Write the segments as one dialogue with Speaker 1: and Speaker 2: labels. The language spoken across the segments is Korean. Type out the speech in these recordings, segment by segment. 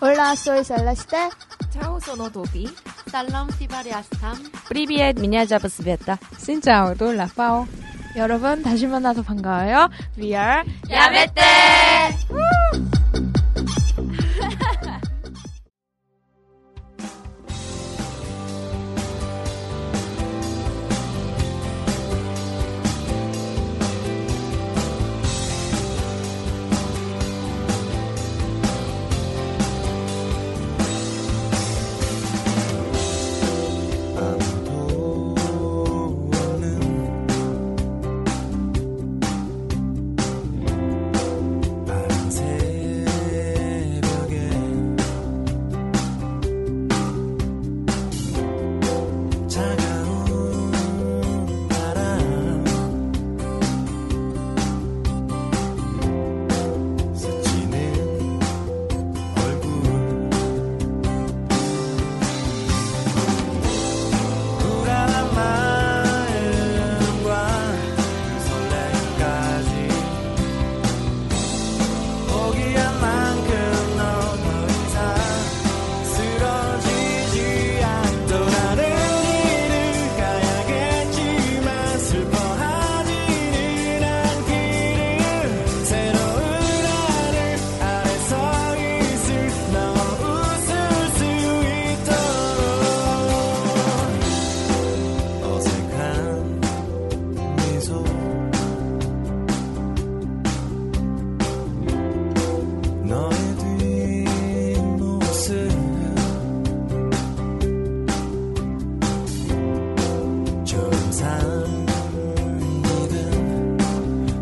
Speaker 1: Hola, soy Celeste.
Speaker 2: Ciao, sono Toby.
Speaker 3: Salam Sibariastam.
Speaker 2: Привет, меня зовут Света. Xin chào, tôi là Pao.
Speaker 1: 여러분 다시 만나서 반가워요. We are
Speaker 4: 새벽에 차가운 바람 스치는 얼굴 불안한 마음과 그 설렘까지 포기한 만큼 너 더 이상 쓰러지지 않더라는 길을 가야겠지만 슬퍼하지는 않기를 새로운 하늘 아래서 있을 너 웃을 수 있도록 어색한 미소 너의 뒷모습 처음 산거든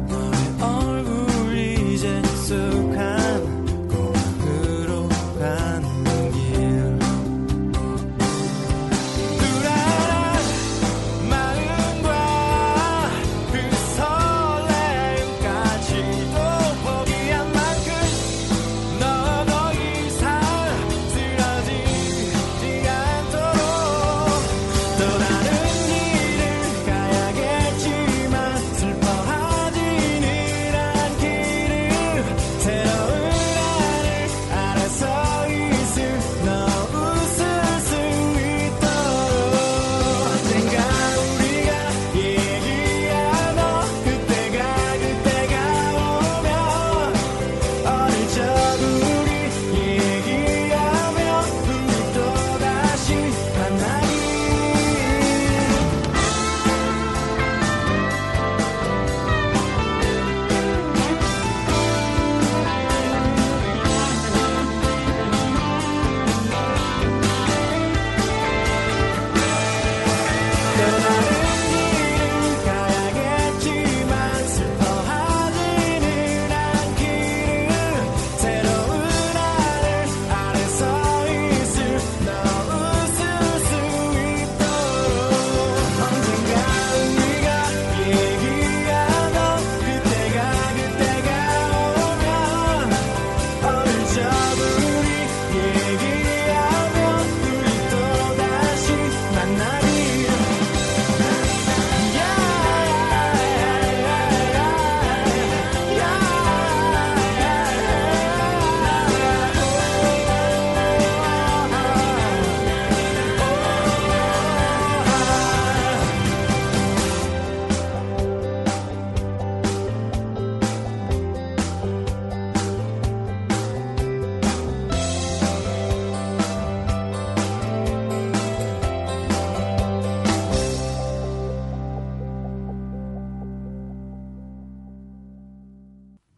Speaker 4: 너의 얼굴 이제 익숙한 고향으로 가는 길 불안한 마음과 그 설렘까지도 포기한 만큼 너 더 이상 쓰러지지 않도록 떠나는 길을 가야겠지만 슬퍼하지는 않기를 새로운 나를 알아서 있을 너 웃을 수 있도록 언젠가 우리가 얘기하던 그때가 그때가 오면 어릴 적 우리 얘기하며 우리 또 다시 만나기 떠나는 길을 가야겠지만 슬퍼하지는 않기를 새로운 하늘 아래서 있을 너 웃을 수 있도록 언젠가 우리가 얘기하던 그때가 그때가 오면 어릴 적 우리 얘기하며 우리 또 다시 만나기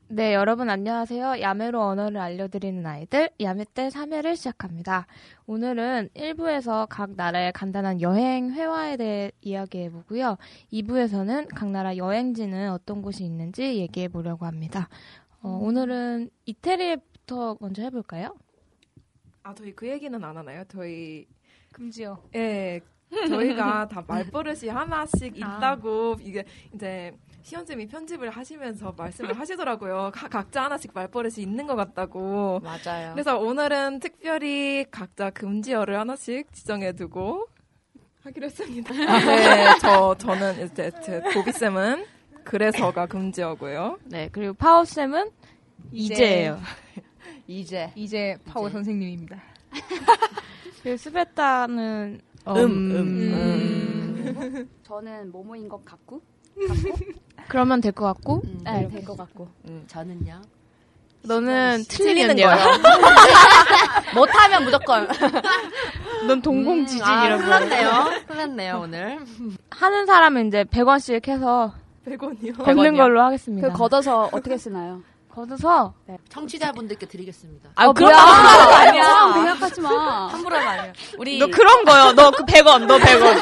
Speaker 5: 네, 여러분 안녕하세요. 야매로 언어를 알려드리는 아이들 야매 때 3회를 시작합니다. 오늘은 1부에서 각 나라의 간단한 여행 회화에 대해 이야기해 보고요. 2부에서는 각 나라 여행지는 어떤 곳이 있는지 얘기해 음. 보려고 합니다. 어, 오늘은 이태리부터 먼저 해볼까요?
Speaker 6: 아 저희 그 얘기는 안 하나요? 저희
Speaker 5: 금지요.
Speaker 6: 예 저희가 다 말버릇이 하나씩 있다고 이게 이제 시연쌤이 편집을 하시면서 말씀을 하시더라고요. 가- 각자 하나씩 말버릇이 있는 것 같다고.
Speaker 7: 맞아요.
Speaker 6: 그래서 오늘은 특별히 각자 금지어를 하나씩 지정해두고 하기로 했습니다. 네, 저 저는 이제 제 도비쌤은 그래서가 금지어고요.
Speaker 5: 네, 그리고 파워쌤은 이제예요.
Speaker 7: 이제
Speaker 8: 이제 파워
Speaker 7: 이제.
Speaker 8: 선생님입니다.
Speaker 5: 그리고 수베타는 음,
Speaker 9: 저는 뭐뭐인 것 같고
Speaker 5: 그러면 될 것 같고
Speaker 9: 네, 될 것 같고
Speaker 7: 음, 저는요.
Speaker 5: 너는 틀리는
Speaker 9: 틀리는 거예요.
Speaker 5: 거야.
Speaker 9: 못하면 무조건
Speaker 5: 넌
Speaker 7: 음,
Speaker 5: 동공
Speaker 7: 아,
Speaker 5: 지진이라고.
Speaker 7: 흘렀네요. 흘렀네요 오늘.
Speaker 5: 하는 사람은 이제 100원씩 해서
Speaker 6: 100원이요.
Speaker 5: 걷는
Speaker 7: 100원 이요?
Speaker 5: 걸로 하겠습니다.
Speaker 9: 그 걷어서 어떻게 쓰나요?
Speaker 5: 걷어서
Speaker 10: 청취자분들께 드리겠습니다.
Speaker 5: 아,
Speaker 9: 어,
Speaker 5: 그럼
Speaker 9: 뭐야?
Speaker 5: 함부로
Speaker 9: 아,
Speaker 5: 아니야.
Speaker 9: 참, 생각하지 마.
Speaker 7: 함부로 아니에요. 우리
Speaker 5: 너 그런 거요. 너 그 100원, 너 100원.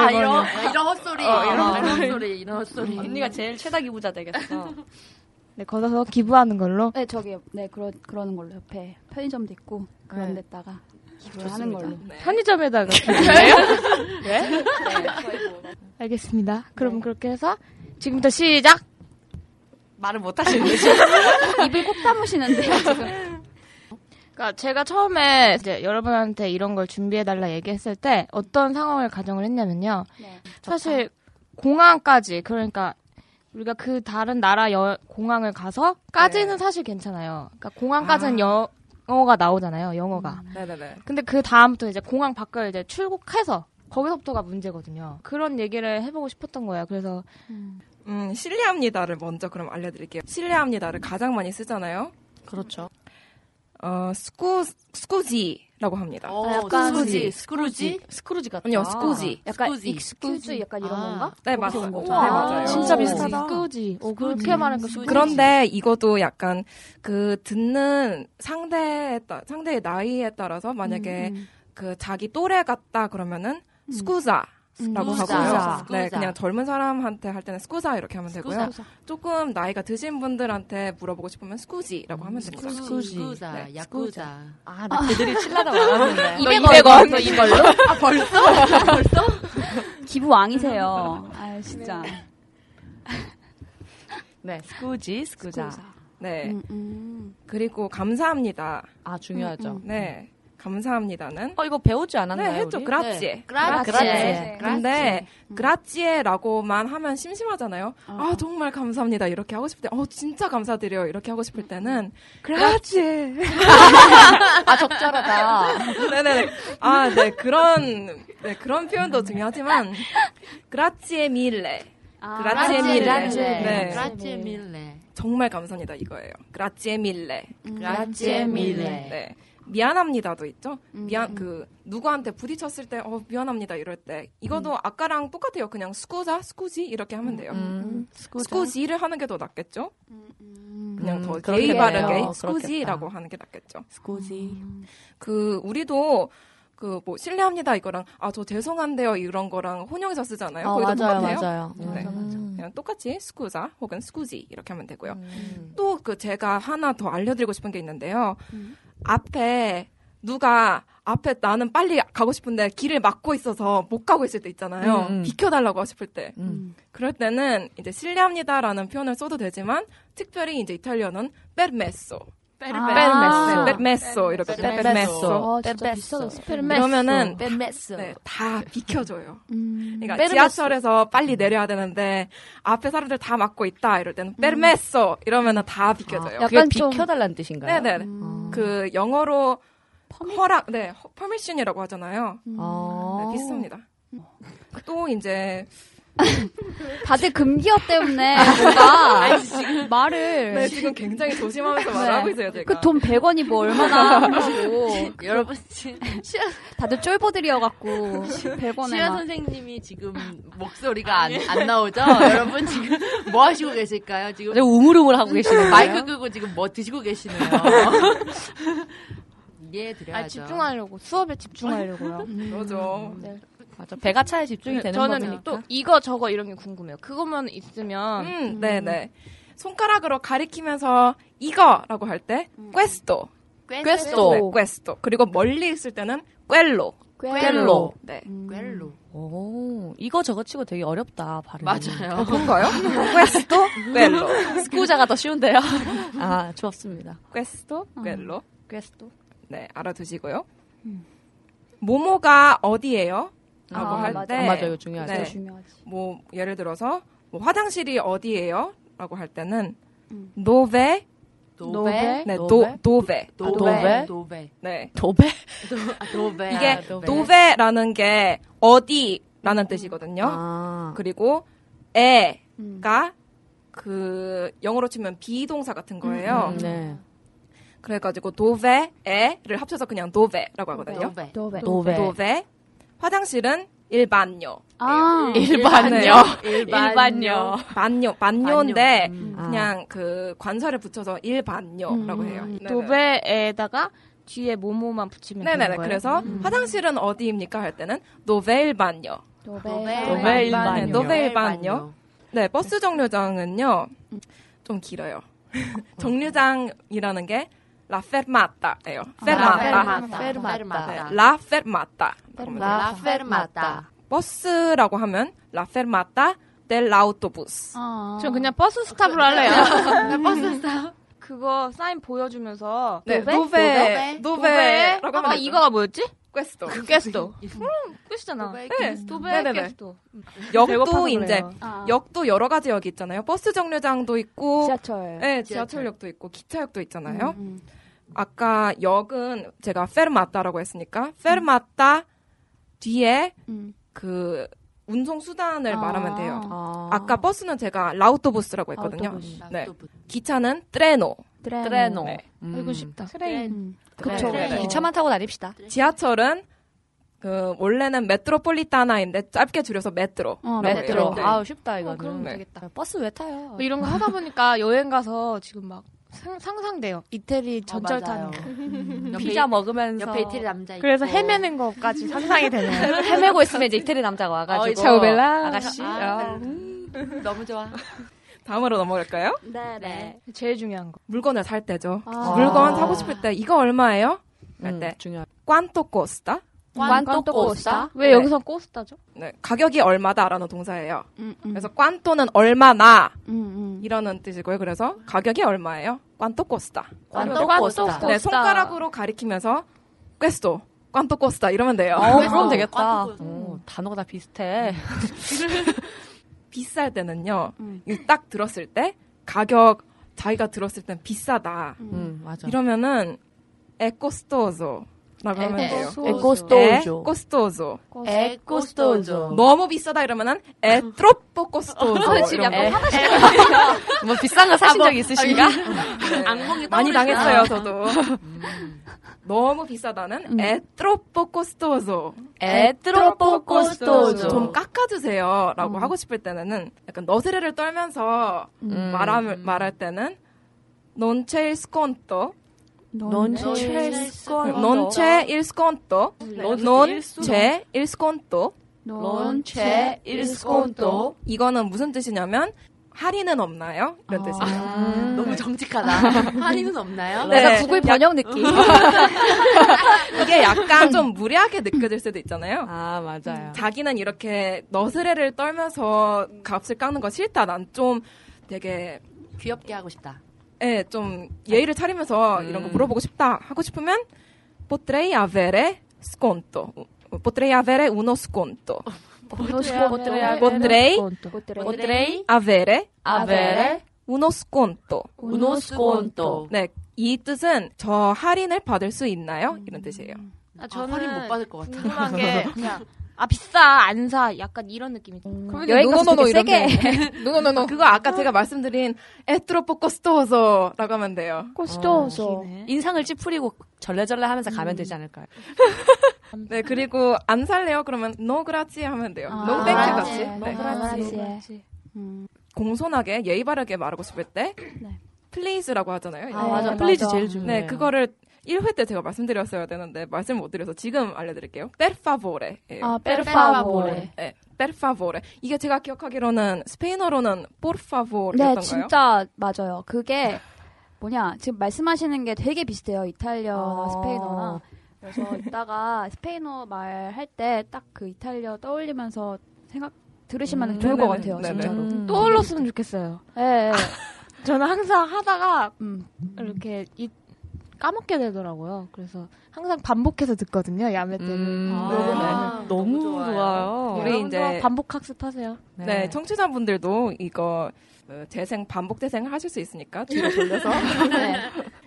Speaker 7: 아, 이런
Speaker 10: 이런 헛소리,
Speaker 5: 어,
Speaker 7: 이런
Speaker 10: 이런 헛소리, 이런 헛소리.
Speaker 7: 언니가 제일 최다 기부자 되겠어.
Speaker 5: 네, 걷어서 기부하는 걸로.
Speaker 9: 네, 저기 네, 그러 그러는 걸로 옆에 편의점도 있고 그런
Speaker 5: 네.
Speaker 9: 데다가 기부하는 걸로.
Speaker 7: 네.
Speaker 5: 편의점에다가. 네. 알겠습니다.
Speaker 7: 네.
Speaker 5: 그럼 그렇게 해서 지금부터 시작.
Speaker 7: 말을 못 하시네.
Speaker 9: 입을 꼭 담으시는데요, 지금.
Speaker 5: 그러니까 제가 처음에 이제 여러분한테 이런 걸 준비해달라 얘기했을 때 어떤 상황을 가정을 했냐면요.
Speaker 9: 네.
Speaker 5: 사실 공항까지 그러니까 우리가 그 다른 나라 여- 공항을
Speaker 6: 네.
Speaker 5: 가서까지는 사실 괜찮아요. 그러니까 공항까지는 여- 영어가 나오잖아요. 영어가.
Speaker 6: 음. 네네네.
Speaker 5: 근데 그 다음부터 이제 공항 밖을 이제 출국해서 거기서부터가 문제거든요. 그런 얘기를 해보고 싶었던 거예요. 그래서
Speaker 6: 음, 실례합니다를 먼저 그럼 알려드릴게요. 실례합니다를 가장 많이 쓰잖아요.
Speaker 7: 그렇죠.
Speaker 6: 어, 스쿠 스쿠지라고 합니다.
Speaker 10: 어,
Speaker 9: 약간
Speaker 10: 스크루지, 스크루지?
Speaker 7: 스크루지 같아.
Speaker 6: 아니요, 스쿠지.
Speaker 9: 약간
Speaker 10: 스쿠지.
Speaker 9: 익스큐즈 약간 이런
Speaker 7: 아.
Speaker 9: 건가?
Speaker 6: 네,
Speaker 9: 거기서
Speaker 6: 맞아요.
Speaker 9: 온 거죠.
Speaker 6: 네, 맞아요.
Speaker 5: 진짜
Speaker 7: 오.
Speaker 5: 비슷하다. 스쿠지. 어, 그렇게 말하니까 스쿠지.
Speaker 6: 그런데 이것도 약간 그 듣는 상대에 따, 상대의 나이에 따라서
Speaker 9: 음,
Speaker 6: 만약에 그 자기 또래 같다 그러면은 스쿠자라고
Speaker 10: 스쿠자.
Speaker 6: 하고요.
Speaker 10: 스쿠자.
Speaker 6: 네, 그냥 젊은 사람한테 할 때는 스쿠자 이렇게 하면 되고요. 조금 나이가 드신 분들한테 물어보고 싶으면 스쿠지라고 하면 됩니다.
Speaker 7: 스쿠지.
Speaker 10: 스쿠자,
Speaker 6: 네,
Speaker 10: 야쿠자.
Speaker 7: 아, 나 그들이 칠라다 말하는데.
Speaker 5: 200원. 200원. 너 이걸로?
Speaker 9: 기부 왕이세요. 아, 진짜.
Speaker 7: 네, 스쿠지, 스쿠자.
Speaker 6: 네.
Speaker 9: 음, 음.
Speaker 6: 그리고 감사합니다.
Speaker 7: 아, 중요하죠.
Speaker 9: 음,
Speaker 6: 네. 감사합니다는
Speaker 7: 어, 이거 배우지 않았나요?
Speaker 6: 네, 했죠.
Speaker 7: 우리?
Speaker 6: 그라치에.
Speaker 10: 그라치.
Speaker 7: 그라치.
Speaker 6: 근데 그라치에라고만 하면 심심하잖아요. 아 정말 감사합니다 이렇게 하고 싶을 때, 어 진짜 감사드려요 이렇게 하고 싶을 때는 그라치에.
Speaker 7: 아, 적절하다.
Speaker 6: 네네네. 아 네 그런 네 그런 표현도 중요하지만 그라치에 밀레.
Speaker 9: 아,
Speaker 6: 그라치에 밀레.
Speaker 7: 그라치에
Speaker 6: 네.
Speaker 10: 그라치 밀레.
Speaker 5: 아,
Speaker 6: 정말 감사합니다 이거예요. 그라치에 밀레.
Speaker 9: 음.
Speaker 7: 그라치에 밀레. 음,
Speaker 6: 네. 미안합니다도 있죠. 미안 그 누구한테 부딪혔을 때 어 미안합니다 이럴 때 이것도 아까랑 똑같아요. 그냥 스쿠자 스쿠지 이렇게 하면 돼요.
Speaker 7: 음, 스쿠자.
Speaker 6: 스쿠지를 하는 게 더 낫겠죠.
Speaker 7: 음,
Speaker 6: 그냥 더 예의
Speaker 7: 그렇겠네요.
Speaker 6: 바르게
Speaker 7: 그렇겠다.
Speaker 6: 스쿠지라고 하는 게 낫겠죠.
Speaker 7: 스쿠지.
Speaker 6: 그 우리도 그 뭐 실례합니다 이거랑 아 저 죄송한데요 이런 거랑 혼용해서 쓰잖아요.
Speaker 7: 어,
Speaker 6: 거기도
Speaker 7: 맞아요,
Speaker 6: 똑같아요.
Speaker 7: 맞아요.
Speaker 6: 네.
Speaker 7: 음.
Speaker 6: 그냥 똑같이 스쿠자 혹은 스쿠지 이렇게 하면 되고요.
Speaker 7: 음.
Speaker 6: 또 그 제가 하나 더 알려드리고 싶은 게 있는데요. 앞에 누가 앞에 나는 빨리 가고 싶은데 길을 막고 있어서 못 가고 있을 때 있잖아요.
Speaker 7: 음, 음.
Speaker 6: 비켜달라고 싶을 때.
Speaker 7: 음.
Speaker 6: 그럴 때는 이제 실례합니다라는 표현을 써도 되지만 특별히 이제 이탈리아는 베르메소.
Speaker 5: 아.
Speaker 6: 베르메소 이렇게 베르메소.
Speaker 1: 어,
Speaker 5: 아, 진짜 비싸다. 스페르메스.
Speaker 6: 그러면은
Speaker 7: 뱃메스.
Speaker 6: 네, 다 비켜줘요.
Speaker 9: 음.
Speaker 6: 그러니까
Speaker 5: 베르메소.
Speaker 6: 지하철에서 빨리 내려야 되는데 앞에 사람들 다 막고 있다 이럴 때는 베르메소 이러면은 다 비켜줘요.
Speaker 7: 아, 그게
Speaker 9: 약간 좀-
Speaker 7: 비켜달라는 뜻인가요?
Speaker 6: 네네. 그 영어로 허락, 네, 허- permission이라고 하잖아요.
Speaker 7: 어.
Speaker 6: 네, 비슷합니다. 또 이제
Speaker 9: 다들 금기어 때문에 뭔가 말을
Speaker 6: 네, 지금 굉장히 조심하면서 말하고 있어요 제가.
Speaker 9: 그 돈 100원이 뭐 얼마나 하시고
Speaker 10: 여러분, 시-
Speaker 9: 다들 쫄보들이어 갖고 100원에
Speaker 10: 시연
Speaker 9: 막
Speaker 10: 선생님이 지금 목소리가 안, 안 나오죠? 여러분 지금 뭐 하시고 계실까요? 지금
Speaker 7: 우물우물 하고 계시는
Speaker 10: 마이크 끄고 지금 뭐 드시고 계시네요. 이해해 드려야죠.
Speaker 5: 아, 집중하려고 수업에 집중하려고요.
Speaker 6: 음. 그러죠.
Speaker 7: 맞아. 배가 차에 집중이 되는
Speaker 5: 저는 네.
Speaker 7: 거니까.
Speaker 5: 또 이거 저거 이런 게 궁금해요. 그것만 있으면
Speaker 6: 네, 음, 네네. 손가락으로 가리키면서 이거라고 할 때 questo 네,
Speaker 10: 꿰소.
Speaker 6: 꿰스토. 그리고 멀리 있을 때는 꿰로.
Speaker 10: 꿰로.
Speaker 6: 네.
Speaker 3: 꿰로.
Speaker 10: 오, 이거 저거 치고 되게 어렵다, 발음.
Speaker 3: 맞아요.
Speaker 6: 그런가요? 꿰스토, 꿰로.
Speaker 10: 스쿠자가 더 쉬운데요? 아, 좋습니다.
Speaker 6: 꿰스토, 꿰로.
Speaker 10: 퀘스토.
Speaker 6: 음. 네, 알아두시고요. 모모가 어디예요?
Speaker 9: 아,
Speaker 6: 라고 할
Speaker 9: 맞아요.
Speaker 6: 때,
Speaker 10: 아, 맞아요. 중요하죠.
Speaker 6: 네.
Speaker 9: 중요하지.
Speaker 6: 뭐 예를 들어서 뭐 화장실이 어디예요? 라고 할 때는
Speaker 9: 음.
Speaker 6: 노베,
Speaker 3: 노베.
Speaker 6: 네,
Speaker 10: 노베?
Speaker 6: 노, 노베.
Speaker 10: 노베?
Speaker 3: 노베.
Speaker 6: 네.
Speaker 10: 도배?
Speaker 3: 아, 노베.
Speaker 6: 이게
Speaker 3: 아, 노베.
Speaker 6: 노베라는 게 어디라는 뜻이거든요.
Speaker 3: 아.
Speaker 6: 그리고 에가
Speaker 9: 음.
Speaker 6: 그 영어로 치면 비동사 같은 거예요.
Speaker 10: 음, 네.
Speaker 6: 그래가지고 노베, 에를 합쳐서 그냥 노베라고 하거든요.
Speaker 3: 노베.
Speaker 9: 노베.
Speaker 10: 네. 도배.
Speaker 6: 노베. 화장실은 일반요.
Speaker 9: 아,
Speaker 10: 일반요.
Speaker 3: 일반요.
Speaker 6: 반요, 반요인데
Speaker 3: 음.
Speaker 6: 그냥 그 관사를 붙여서 일반요라고 해요. 네네.
Speaker 1: 도배에다가 뒤에 모모만 붙이면 되는
Speaker 6: 네네네.
Speaker 1: 거예요.
Speaker 6: 그래서 화장실은 어디입니까 할 때는 노벨반요.
Speaker 9: 노베.
Speaker 10: 노벨
Speaker 6: 네,
Speaker 10: 일반요.
Speaker 6: 노벨반요. 네, 버스 정류장은요 좀 길어요. 정류장이라는 게 라페르마타예요. 페르마타. 네,
Speaker 3: 페르마타.
Speaker 10: 페르마타.
Speaker 3: 페르마타.
Speaker 6: 라페르마타.
Speaker 3: 라페르마타.
Speaker 6: 버스라고 하면 라페르마타 델 라우토부스.
Speaker 9: 아.
Speaker 1: 전 그냥 버스 스탑으로 할래요.
Speaker 3: 버스 스타.
Speaker 1: 그거 사인 보여주면서
Speaker 6: 네,
Speaker 1: 도배?
Speaker 6: 노베.
Speaker 1: 도배.
Speaker 6: 노베라고
Speaker 1: 아,
Speaker 6: 하면 되죠.
Speaker 1: 이거가 뭐였지?
Speaker 6: 퀘스토.
Speaker 1: 꿰스토.
Speaker 5: 음,
Speaker 1: 꿰스잖아. 도배
Speaker 6: 네네네.
Speaker 1: 꿰스토.
Speaker 6: 역도 이제
Speaker 9: 아.
Speaker 6: 역도 여러 가지 역 있잖아요. 버스 정류장도 있고
Speaker 9: 지하철.
Speaker 6: 네,
Speaker 3: 지하철.
Speaker 6: 지하철역도 있고 기차역도 있잖아요.
Speaker 9: 음, 음.
Speaker 6: 아까 역은 제가 페르마타라고 했으니까 페르마타 뒤에
Speaker 9: 음.
Speaker 6: 그 운송 수단을
Speaker 9: 아.
Speaker 6: 말하면 돼요.
Speaker 3: 아.
Speaker 6: 아까 버스는 제가 라우토부스라고 했거든요. 네.
Speaker 3: 라우토부스.
Speaker 6: 기차는 네. 트레노.
Speaker 9: 드레노.
Speaker 10: 트레노.
Speaker 1: 이거 쉽다.
Speaker 9: 음.
Speaker 6: 그쵸.
Speaker 3: 네.
Speaker 10: 기차만 타고 다닙시다.
Speaker 6: 지하철은 그 원래는 메트로폴리타나인데 짧게 줄여서 메트로. 뭐
Speaker 9: 어,
Speaker 6: 메트로.
Speaker 10: 메트로. 아우, 쉽다, 이거는.
Speaker 1: 그러면
Speaker 6: 네.
Speaker 1: 되겠다.
Speaker 10: 버스 왜 타요?
Speaker 5: 어,
Speaker 1: 뭐 이런 거 하다 보니까 여행 가서 지금 막 상, 상상돼요. 이태리 전철 타는 거.
Speaker 10: 피자 먹으면서.
Speaker 3: 옆에 이태리 남자 있고.
Speaker 1: 그래서 헤매는 거까지 상상이 되네요.
Speaker 10: 헤매고 있으면 이제 이태리 남자가 와가지고.
Speaker 1: 어이, 차오벨라.
Speaker 10: 아가씨.
Speaker 5: 어.
Speaker 3: 아, 너무 좋아.
Speaker 6: 다음으로 넘어갈까요?
Speaker 9: 네, 네.
Speaker 1: 제일 중요한 거.
Speaker 6: 물건을 살 때죠.
Speaker 9: 아.
Speaker 6: 물건 사고 싶을 때 이거 얼마예요?
Speaker 10: 음,
Speaker 6: 네.
Speaker 10: 중요한.
Speaker 6: 꽝토 코스타?
Speaker 10: 꽝또 꼬스타? 어,
Speaker 1: 왜
Speaker 6: 네.
Speaker 1: 여기서 꼬스타죠?
Speaker 6: 네. 가격이 얼마다라는 동사예요.
Speaker 9: 음, 음.
Speaker 6: 그래서 꽝또는 얼마나
Speaker 9: 음, 음.
Speaker 6: 이라는 뜻이고요. 그래서 가격이 얼마예요? 꽝또 코스타.
Speaker 10: 꽝또
Speaker 1: 꽝또
Speaker 10: 꼬스타.
Speaker 1: 꼬스타.
Speaker 6: 네, 손가락으로 가리키면서 꿰스토, 꽝또 코스타 이러면 돼요.
Speaker 10: 어, 그럼 되겠다.
Speaker 3: 꽝또 꼬스타.
Speaker 10: 어, 단어가 다 비슷해.
Speaker 6: 비쌀 때는요.
Speaker 9: 음.
Speaker 6: 이딱 들었을 때 가격 자기가 들었을 땐 비싸다.
Speaker 10: 음, 맞아.
Speaker 6: 이러면은 에코스토조라고 하면 돼요.
Speaker 10: 에코스토조.
Speaker 6: 에코스토조.
Speaker 10: 어, 에코스토조. 뭐,
Speaker 6: 너무 비싸다 이러면은 에트로포코스토조.
Speaker 10: 지금 약간 화나시는 뭐 비싼 거 사신 적 있으신가?
Speaker 3: 악몽이 떠오르시다.
Speaker 6: 많이 당했어요, 저도.
Speaker 10: 음.
Speaker 6: 너무 비싸다는 에트로포코스토조.
Speaker 10: 아, 에트로포코스토조.
Speaker 6: 좀 깎아주세요라고 하고 싶을 때는 약간 너스레를 떨면서 말함,
Speaker 10: 음.
Speaker 6: 말할 때는 논체 일스콘토,
Speaker 10: 논체 일스콘토.
Speaker 6: 논체 네. 일스콘토,
Speaker 9: 네.
Speaker 6: 논체 일스콘토.
Speaker 10: 론체 일스콘토.
Speaker 6: 이거는 무슨 뜻이냐면 할인은 없나요?
Speaker 9: 아.
Speaker 6: 이런 뜻이에요.
Speaker 3: 음. 너무 정직하다. 할인은 없나요?
Speaker 6: 네.
Speaker 9: 아, 약간 구글 번역 느낌.
Speaker 6: 이게 약간 좀 무리하게 느껴질 수도 있잖아요.
Speaker 10: 아, 맞아요.
Speaker 6: 자기는 이렇게 너스레를 떨면서 값을 깎는 거 싫다. 난 좀 되게
Speaker 3: 귀엽게 하고 싶다.
Speaker 10: 아,
Speaker 6: 예, 좀 예의를 차리면서 이런 거
Speaker 10: 음.
Speaker 6: 물어보고 싶다 하고 싶으면 potrei avere sconto. potrei avere uno sconto.
Speaker 5: 네,
Speaker 6: 네,
Speaker 10: 보트레,
Speaker 6: potrei
Speaker 9: 보트레이.
Speaker 6: avere
Speaker 10: 아베레,
Speaker 6: uno sconto.
Speaker 10: 우노스콘토.
Speaker 6: 네, 이 뜻은 저 할인을 받을 수 있나요? 이런 뜻이에요.
Speaker 1: 아,
Speaker 3: 저는
Speaker 1: 저는
Speaker 3: 할인 못 받을 것 같아.
Speaker 1: 궁금한 게 그냥 아 비싸 안 사 약간 이런 느낌이
Speaker 10: 여행 가서 되게 세게.
Speaker 6: 아, 그거 아까 제가 말씀드린 에트로포코 스토어서라고 하면 돼요.
Speaker 9: 코스토소.
Speaker 10: 인상을 찌푸리고 절레절레 하면서
Speaker 1: 음.
Speaker 10: 가면 되지 않을까요?
Speaker 6: 네, 그리고 안 살래요? 그러면 no grazie 하면 돼요.
Speaker 9: 아,
Speaker 6: no thank you
Speaker 9: grazie.
Speaker 6: 같이.
Speaker 9: No
Speaker 6: 네.
Speaker 9: grazie. 음.
Speaker 6: 공손하게 예의 바르게 말하고 싶을 때
Speaker 9: 네.
Speaker 6: please라고 하잖아요.
Speaker 10: 아,
Speaker 9: 네,
Speaker 10: 맞아.
Speaker 9: 맞아.
Speaker 10: 플리즈 제일 중요해요.
Speaker 6: 네, 그거를 1회 때 제가 말씀드렸어야 되는데 말씀 못 드려서 지금 알려드릴게요. per favore예요.
Speaker 9: 아,
Speaker 10: 페르파보레.
Speaker 9: 페르파보레.
Speaker 6: 네, per favore. 이게 제가 기억하기로는 스페인어로는 por favor였던가요?
Speaker 9: 네, 진짜 맞아요. 네, 그게 뭐냐 지금 말씀하시는 게 되게 비슷해요 이탈리아나
Speaker 6: 아.
Speaker 9: 스페인어나 그래서 이따가 스페인어 말 할 때 딱 그 이탈리아 떠올리면서 생각 들으시면
Speaker 6: 음,
Speaker 9: 좋을 것
Speaker 6: 네네네.
Speaker 9: 같아요
Speaker 6: 네네.
Speaker 9: 진짜로
Speaker 1: 음, 떠올랐으면 좋겠어요.
Speaker 9: 예, 예.
Speaker 1: 저는 항상 하다가
Speaker 9: 음.
Speaker 1: 이렇게 이- 까먹게 되더라고요. 그래서 항상 반복해서 듣거든요. 야매 때는. 네.
Speaker 10: 음. 아,
Speaker 3: 아,
Speaker 6: 너무 좋아요. 우리 이제
Speaker 1: 반복 학습하세요.
Speaker 6: 네. 청취자분들도 이거 어, 재생 반복 재생 하실 수 있으니까 뒤로 돌려서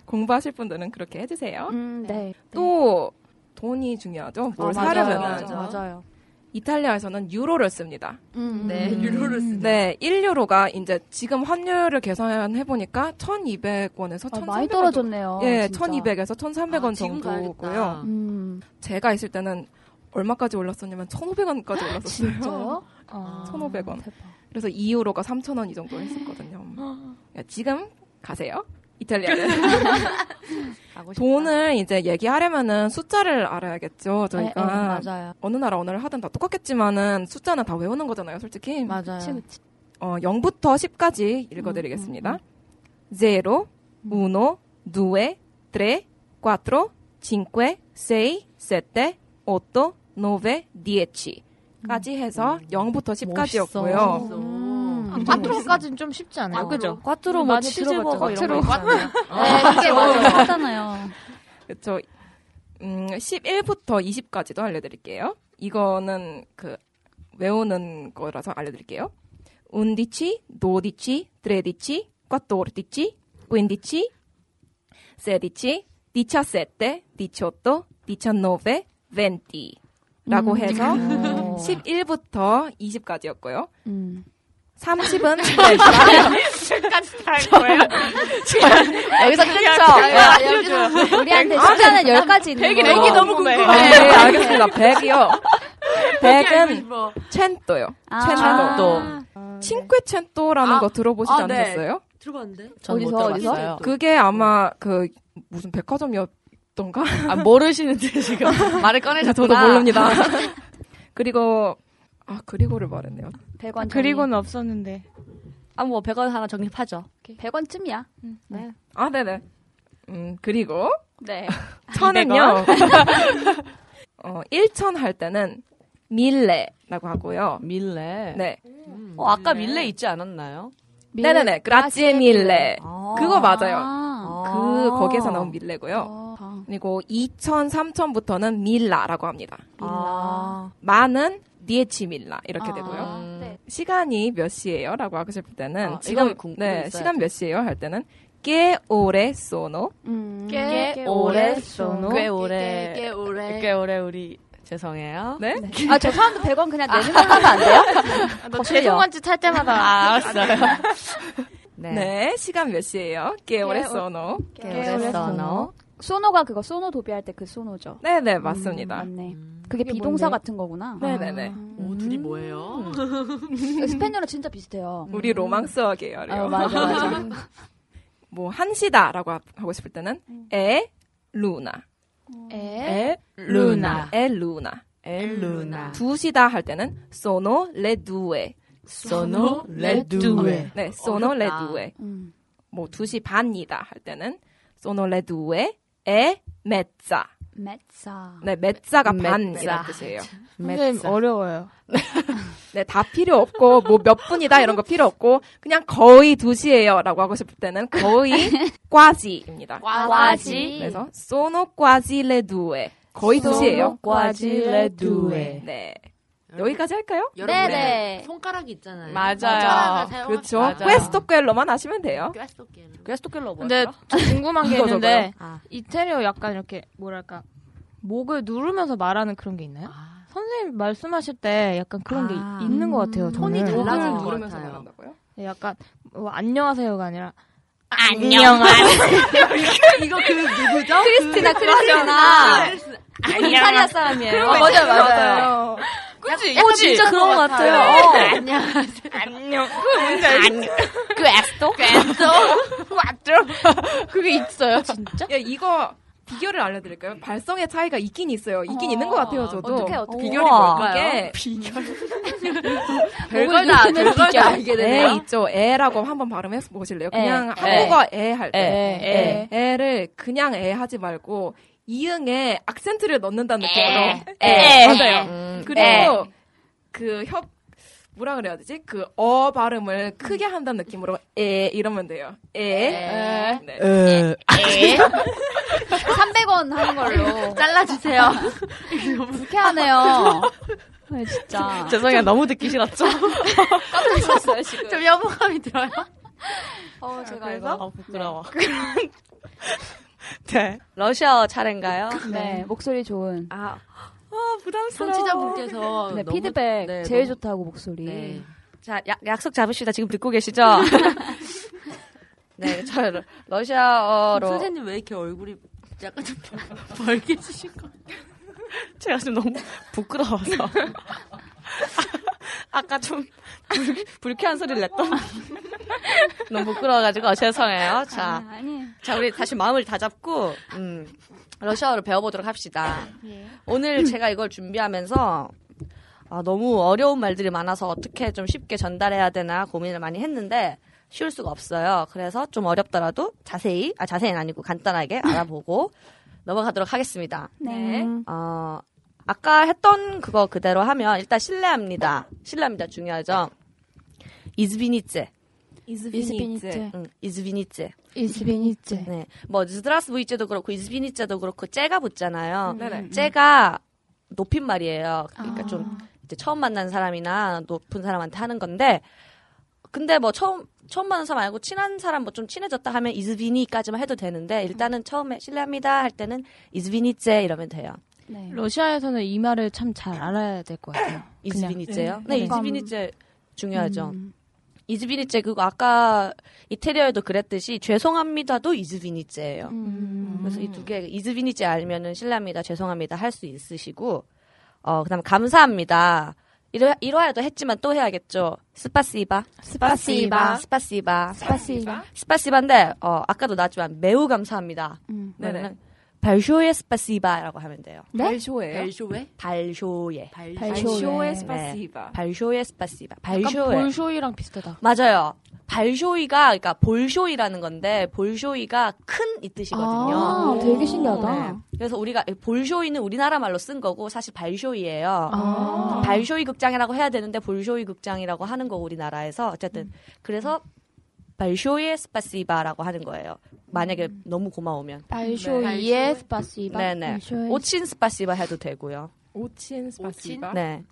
Speaker 6: 공부하실 분들은 그렇게 해주세요.
Speaker 9: 음, 네.
Speaker 6: 또 돈이 중요하죠. 뭘
Speaker 9: 맞아요.
Speaker 6: 사려면
Speaker 3: 맞아요.
Speaker 9: 맞아요.
Speaker 6: 이탈리아에서는 유로를 씁니다.
Speaker 9: 음,
Speaker 3: 네,
Speaker 9: 음.
Speaker 3: 유로를 쓰.
Speaker 6: 네, 1유로가 이제 지금 환율을 계산해 보니까 1,200원에서
Speaker 9: 아,
Speaker 6: 1,300원
Speaker 9: 많이 떨어졌네요.
Speaker 6: 예,
Speaker 9: 진짜.
Speaker 6: 1,200에서
Speaker 3: 아,
Speaker 6: 1,300원
Speaker 3: 지금
Speaker 6: 정도고요.
Speaker 3: 가야겠다.
Speaker 9: 음,
Speaker 6: 제가 있을 때는 얼마까지 올랐었냐면 1,500원까지 올랐었어요.
Speaker 9: 아, 진짜요?
Speaker 1: 어.
Speaker 9: 아,
Speaker 6: 아, 1,500원.
Speaker 9: 대박.
Speaker 6: 그래서 2유로가 3,000원 이 정도 했었거든요. 야, 지금 가세요. 이탈리아는
Speaker 3: 가고 싶다.
Speaker 6: 돈을 이제 얘기하려면은 숫자를 알아야겠죠. 저희가
Speaker 9: 예, 예, 맞아요.
Speaker 6: 어느 나라 언어를 하든 다 똑같겠지만은 숫자는 다 외우는 거잖아요, 솔직히.
Speaker 3: 맞아요.
Speaker 9: 그치, 그치.
Speaker 6: 어, 0부터 10까지
Speaker 3: 음,
Speaker 6: 읽어드리겠습니다. 0, 1, 2, 3, 4, 5, 6, 6, 7, 8, 9, 10. 까지 해서 0부터 10까지였고요.
Speaker 3: 음, 멋있어.
Speaker 9: 음.
Speaker 1: 꽈트로까지는 좀 쉽지 않아요.
Speaker 3: 어, 그죠?
Speaker 1: 꽈트로 뭐 치즈버거 이런 거 있잖아요.
Speaker 9: 네, 이게 맞아요. 하잖아요.
Speaker 6: 그쵸. 음, 11부터 20까지도 알려드릴게요. 이거는 그 외우는 거라서 알려드릴게요. 운디치, 노디치, 드레디치, 꽈토르디치, 퀸디치, 세디치, 디차세테, 디초토, 디차노베, 벤티. 라고
Speaker 9: 음.
Speaker 6: 해서
Speaker 1: 어.
Speaker 10: 어.
Speaker 9: 오.
Speaker 1: 아,
Speaker 6: 11부터 20까지였고요.
Speaker 9: 음.
Speaker 6: 30은
Speaker 3: 여기서 끝이죠.
Speaker 9: 우리한테 숫자는 10가지 있는 거.
Speaker 3: 백이 너무 궁금해.
Speaker 6: 아, 네, 알겠습니다. 100이요.
Speaker 10: 네,
Speaker 6: 100은
Speaker 3: 뭐.
Speaker 6: 첸또요.
Speaker 9: 아.
Speaker 6: 첸또. 칭퀘첸토라는
Speaker 3: 아,
Speaker 6: 거 들어보시지
Speaker 3: 아, 네.
Speaker 6: 않으셨어요?
Speaker 3: 들어봤는데?
Speaker 9: 어디서, 어디서?
Speaker 6: 그게 아마 그 무슨 백화점이었던가?
Speaker 3: 아, 모르시는데 지금 말을 꺼내셨구나.
Speaker 6: 저도 모릅니다. 그리고 아 그리고를 말했네요.
Speaker 9: 100원.
Speaker 1: 그리고는 없었는데.
Speaker 10: 아 뭐 100원 하나 적립하죠.
Speaker 9: 100원쯤이야.
Speaker 6: 아 네네. 음 그리고
Speaker 9: 네.
Speaker 6: 천은요. 어 1천 할 때는 밀레라고 하고요.
Speaker 10: 밀레.
Speaker 6: 네.
Speaker 10: 어 아까 밀레 있지 않았나요?
Speaker 6: 네네네. 그라치에 밀레. 그거 맞아요.
Speaker 9: 아.
Speaker 6: 그 거기에서 나온 밀레고요.
Speaker 9: 아.
Speaker 6: 그리고 2천, 3천부터는 밀라라고 합니다.
Speaker 3: 아.
Speaker 6: 만은 니에치 밀라 이렇게 되고요.
Speaker 3: 음.
Speaker 9: 네.
Speaker 6: 시간이 몇 시예요? 라고 하고 싶을 때는
Speaker 3: 아,
Speaker 6: 지금
Speaker 3: 이거 궁-
Speaker 6: 네,
Speaker 3: 있어야지.
Speaker 6: 시간 몇 시예요? 할 때는 꽤 오래 소노 네?
Speaker 9: 음.
Speaker 3: 꽤
Speaker 1: 오래
Speaker 3: 써노.
Speaker 10: 꽤 오래.
Speaker 3: 꽤 오래.
Speaker 10: 꽤 오래 우리 죄송해요.
Speaker 6: 네?
Speaker 9: 아, 저 사람도 100원 그냥 내는 걸로 하면 안 돼요?
Speaker 1: 아, 너 죄송한 짓 할 때마다
Speaker 10: 아, 알았어요. 네.
Speaker 6: 네. 시간 몇 시예요? 꽤 오래 소노
Speaker 10: 꽤 오래 써노.
Speaker 9: 소노가 그거 소노 도비할 때 그 소노죠.
Speaker 6: 네, 네, 맞습니다.
Speaker 9: 음, 맞네. 그게 비동사 같은 거구나.
Speaker 6: 네, 네, 네.
Speaker 10: 음.
Speaker 3: 음. 오, 둘이 뭐예요?
Speaker 9: 스페인어랑 진짜 비슷해요.
Speaker 6: 우리 로망스하게 요
Speaker 9: 아, 맞아, 맞아.
Speaker 6: 뭐 한시다라고 하- 하고 싶을 때는 에 루나.
Speaker 1: 에
Speaker 10: 에
Speaker 6: 루나. 에 루나.
Speaker 10: 엘루나.
Speaker 6: 두시다 할 때는 소노 레 두에. 어?
Speaker 10: 소노 레두에.
Speaker 6: 네, 소노 레
Speaker 3: 어렵다.
Speaker 6: 두에.
Speaker 9: 음.
Speaker 6: 뭐 2시 반이다 할 때는 소노 레 두에 에 메짜.
Speaker 9: 메차.
Speaker 6: 네, 메짜가
Speaker 10: 메짜.
Speaker 6: 반이라는 뜻이에요.
Speaker 1: 선생님 어려워요.
Speaker 6: 네, 다 필요 없고 뭐 몇 분이다 이런 거 필요 없고 그냥 거의 2시예요라고 하고 싶을 때는 거의 꽈지입니다.
Speaker 9: 와지.
Speaker 6: 그래서 소노 꽈지 레두에 거의 2시예요.
Speaker 10: 꽈지 레두에.
Speaker 6: 네. 여기까지 할까요?
Speaker 3: 여러분의
Speaker 9: 네.
Speaker 3: 손가락이 있잖아요.
Speaker 10: 맞아요.
Speaker 6: 그렇죠.
Speaker 10: 맞아요.
Speaker 6: 퀘스토 꿰로만 아시면 돼요.
Speaker 10: 퀘스토켈러 뭐
Speaker 1: 근데 저 궁금한 게
Speaker 6: 이거
Speaker 1: 있는데
Speaker 3: 아.
Speaker 1: 이태리어 약간 이렇게 뭐랄까 목을 누르면서 말하는 그런 게 있나요? 선생님 말씀하실 때 약간 그런
Speaker 3: 아.
Speaker 1: 게 있는 것 같아요.
Speaker 3: 톤이
Speaker 1: 저는.
Speaker 3: 달라.
Speaker 6: 목을
Speaker 3: 달라지는 것
Speaker 6: 누르면서
Speaker 3: 같아요.
Speaker 6: 말한다고요?
Speaker 1: 네, 약간 뭐 안녕하세요가 아니라 안녕하세요.
Speaker 3: 이거 그 누구죠?
Speaker 9: 크리스티나, 크리스티나. 이탈리아 사람이에요.
Speaker 1: 어, 맞아요, 맞아요.
Speaker 10: 그치?
Speaker 1: 약간 진짜 그런 것 같아요.
Speaker 10: 퀘스토?
Speaker 1: 그게 있어요, 진짜?
Speaker 6: 야, 이거 비결을 알려드릴까요? 발성의 차이가 있긴 있어요. 있긴
Speaker 9: 어,
Speaker 6: 있는 것 같아요, 저도.
Speaker 9: 어떻게 어떻게
Speaker 3: 비결이
Speaker 6: 우와.
Speaker 3: 뭘까요?
Speaker 6: 이게-
Speaker 3: 비결. 별걸 다, 별걸 다 알게
Speaker 6: 에
Speaker 3: 되네요.
Speaker 6: 있죠. 에라고 한번 발음해 보실래요? 그냥
Speaker 3: 에.
Speaker 6: 한국어 에 할 때.
Speaker 1: 에.
Speaker 6: 에를 그냥 에 하지 말고 이응에 악센트를 넣는다는 느낌으로. 네,
Speaker 3: 에.
Speaker 6: 맞아요.
Speaker 10: 음,
Speaker 6: 그리고
Speaker 3: 에.
Speaker 6: 그 협, 뭐라 그래야 되지? 그 어 발음을 크게 한다는 느낌으로 에 이러면 돼요. 에.
Speaker 3: 에.
Speaker 6: 네.
Speaker 9: 300원 하는 걸로
Speaker 3: 잘라주세요.
Speaker 9: 불쾌하네요. 네, 진짜
Speaker 10: 죄송해요. 너무 듣기 싫었죠?
Speaker 9: 깜짝 놀랐어요 지금.
Speaker 3: 좀 연봉감이 들어요?
Speaker 9: 어 제가 이거
Speaker 10: 어, 부끄러워. 네. 러시아어 차례인가요?
Speaker 9: 네 목소리 좋은
Speaker 6: 아,
Speaker 3: 청취자분께서
Speaker 9: 네,
Speaker 3: 너무-
Speaker 9: 피드백
Speaker 3: 네,
Speaker 9: 제일
Speaker 3: 너무-
Speaker 9: 좋다고 목소리.
Speaker 3: 네.
Speaker 10: 자, 약, 약속 잡읍시다. 지금 듣고 계시죠? 네, 저 러- 러시아어로.
Speaker 3: 선생님 왜 이렇게 얼굴이 약간 좀 벌게지신 거?
Speaker 10: 제가 지금 너무 부끄러워서. 아, 까좀 불, 쾌한 소리를 냈더니. 너무 부끄러워가지고, 어, 죄송해요. 자,
Speaker 9: 아, 아니
Speaker 10: 자, 우리 다시 마음을 다 잡고, 음, 러시아어를 배워보도록 합시다. 오늘 제가 이걸 준비하면서, 아, 너무 어려운 말들이 많아서 어떻게 좀 쉽게 전달해야 되나 고민을 많이 했는데, 쉬울 수가 없어요. 그래서 좀 어렵더라도 자세히, 아, 자세히는 아니고 간단하게 알아보고 넘어가도록 하겠습니다.
Speaker 9: 네.
Speaker 10: 어, 아까 했던 그거 그대로 하면 일단 실례합니다. 실례합니다. 중요하죠. 이즈비니체.
Speaker 6: 이스피니츠.
Speaker 10: 응, 이즈비니체.
Speaker 11: 이스비니째.
Speaker 10: 네. 뭐 즈드라스부이체도 그렇고 이즈비니체도 그렇고 째가 붙잖아요.
Speaker 6: 네네.
Speaker 10: 째가 높임말이에요. 그러니까 좀 이제 처음 만난 사람이나 높은 사람한테 하는 건데 근데 뭐 처음 처음 만난 사람 말고 친한 사람 뭐 좀 친해졌다 하면 이즈비니까지만 해도 되는데 일단은 처음에 실례합니다 할 때는 이즈비니체 이러면 돼요.
Speaker 9: 네.
Speaker 1: 러시아에서는 이 말을 참 잘 알아야 될 것 같아요.
Speaker 10: 이즈비니째요? 네,
Speaker 1: 그냥.
Speaker 10: 이즈비니째 중요하죠.
Speaker 1: 음.
Speaker 10: 이즈비니째 그거 아까 이태리어에도 그랬듯이 죄송합니다도 이즈비니째예요.
Speaker 1: 음.
Speaker 10: 그래서 이 두 개, 이즈비니째 알면은 실례합니다, 죄송합니다 할 수 있으시고, 어, 그 다음 감사합니다. 이러, 이러야도 했지만 또 해야겠죠. 스파시바.
Speaker 1: 스파시바.
Speaker 10: 스파시바.
Speaker 1: 스파시바.
Speaker 10: 스파시바인데, 어, 아까도 나왔지만 매우 감사합니다.
Speaker 1: 음.
Speaker 6: 네네.
Speaker 10: 그러면은 발쇼의 스파시바라고 하면 돼요.
Speaker 6: 발쇼예요.
Speaker 3: 발쇼에?
Speaker 10: 발쇼의.
Speaker 6: 발쇼의
Speaker 1: 발쇼에.
Speaker 6: 스파시바.
Speaker 10: 발쇼의 스파시바.
Speaker 1: 약간
Speaker 10: 발쇼의.
Speaker 1: 아, 볼쇼이랑 비슷하다.
Speaker 10: 맞아요. 발쇼이가 그러니까 볼쇼이라는 건데 볼쇼이가 큰 이 뜻이거든요.
Speaker 9: 아, 되게 신기하다.
Speaker 10: 네. 그래서 우리가 볼쇼이는 우리나라 말로 쓴 거고 사실 발쇼이예요.
Speaker 1: 아.
Speaker 10: 발쇼이 극장이라고 해야 되는데 볼쇼이 극장이라고 하는 거 우리나라에서 어쨌든
Speaker 1: 음.
Speaker 10: 그래서 발쇼이 스파시바라고 하는 거예요. 만약에 너무 고마우면
Speaker 1: 발쇼이의 음. 스파시바.
Speaker 10: 네, 네네.
Speaker 1: 발쇼이.
Speaker 10: 오친 스파시바 해도 되고요.
Speaker 6: 오친
Speaker 1: 아.
Speaker 6: 스파시바.
Speaker 10: 네.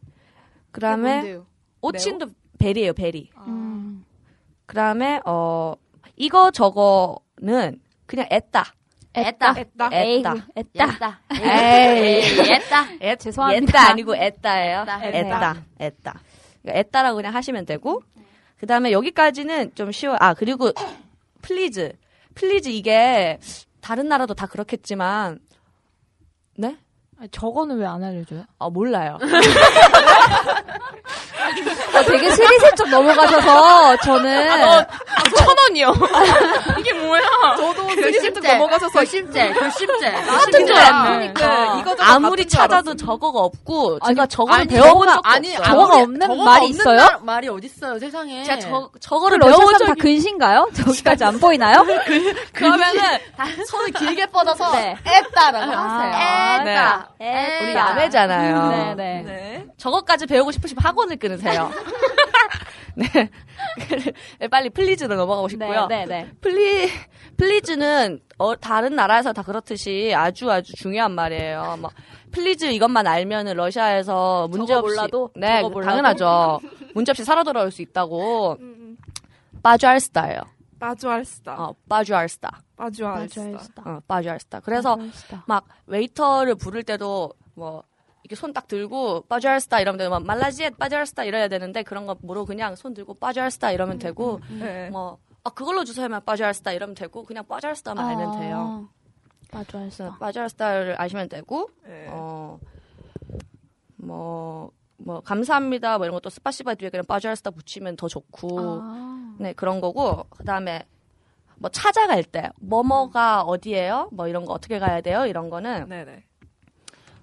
Speaker 10: 그다음에 오친도 베리예요, 베리.
Speaker 1: 음.
Speaker 10: 그다음에 어 이거 저거는 그냥 했다.
Speaker 9: 했다.
Speaker 6: 했다.
Speaker 10: 했다.
Speaker 9: 했다.
Speaker 3: 옜다.
Speaker 10: 에이.
Speaker 3: 옜다.
Speaker 10: 앳,
Speaker 9: 죄송합니다.
Speaker 10: 앳다 아니고 앳다예요.
Speaker 3: 앳다.
Speaker 10: 앳다. 앳다. 그러니까 앳다라고 그냥 하시면 되고 그 다음에 여기까지는 좀 쉬워. 아 그리고 플리즈. 플리즈 이게 다른 나라도 다 그렇겠지만 네?
Speaker 1: 아니, 저거는 왜 안 알려줘요?
Speaker 10: 아 몰라요.
Speaker 9: 어, 되게 슬슬쩍 넘어가셔서 저는
Speaker 10: 아, 네. 천 원이요.
Speaker 6: 저도 결심증 넘어가셔서
Speaker 3: 결심죄, 결심죄.
Speaker 10: 같은 줄 알았네.
Speaker 6: 그러니까 이거 저거
Speaker 10: 어. 아무리
Speaker 6: 같은 줄 알았어.
Speaker 10: 찾아도 저거가 없고 제가 저거를
Speaker 3: 아니,
Speaker 10: 배워본
Speaker 3: 저거가-
Speaker 10: 적도
Speaker 3: 아니,
Speaker 10: 없어요.
Speaker 9: 저거가 없는 말이 있어요?
Speaker 3: 날- 말이 어딨어요, 세상에.
Speaker 10: 제가 저, 저거를
Speaker 9: 러시아
Speaker 10: 배워본
Speaker 9: 사람 다
Speaker 10: 적이
Speaker 9: 근시인가요? 저기까지 안 보이나요?
Speaker 10: 그러면은
Speaker 3: 손을 길게 뻗어서
Speaker 9: 네.
Speaker 3: 했다라고
Speaker 9: 아,
Speaker 3: 하세요. 했다.
Speaker 1: 네.
Speaker 9: 했다.
Speaker 10: 우리 야매잖아요.
Speaker 9: 네, 네.
Speaker 6: 네.
Speaker 10: 음, 저것까지 배우고 싶으시면 학원을 끊으세요. 네. 빨리 플리즈로 넘어가고 싶고요.
Speaker 9: 네, 네.
Speaker 10: 플리, 플리즈는 어, 다른 나라에서 다 그렇듯이 아주 아주 중요한 말이에요. 막 플리즈 이것만 알면은 러시아에서 문제없이
Speaker 9: 몰라도?
Speaker 10: 네,
Speaker 9: 저거 몰라도?
Speaker 10: 당연하죠. 문제없이 살아 돌아올 수 있다고. 빠주알스타예요.
Speaker 6: 빠주알스다.
Speaker 10: 어, 빠주알스타.
Speaker 1: 아,
Speaker 6: 빠주알스다.
Speaker 10: 어, 빠주알스타. 그래서 막 웨이터를 부를 때도 뭐 이렇게 손 딱 들고 빠주알스타 이러면 되고 막 말라지에 빠주알스타 이래야 되는데 그런 거 모르고 그냥 손 들고 빠주알스타 이러면 되고
Speaker 6: 네.
Speaker 10: 뭐 아, 그걸로 주소하면 빠주알스타 이러면 되고 그냥 빠주알스타만 알면
Speaker 6: 아.
Speaker 10: 돼요.
Speaker 1: 아.
Speaker 10: 네.
Speaker 1: 맞아, 알았어.
Speaker 10: 그래서 빠주알스타를 아시면 되고
Speaker 6: 네.
Speaker 10: 어 뭐, 뭐, 감사합니다. 뭐 이런 것도 스파시바 뒤에 그냥 빠주알스타 붙이면 더 좋고. 네, 그런 거고. 그 다음에, 뭐 찾아갈 때 뭐뭐가 어디예요? 뭐 이런 거 어떻게 가야 돼요? 이런 거는
Speaker 6: 네네.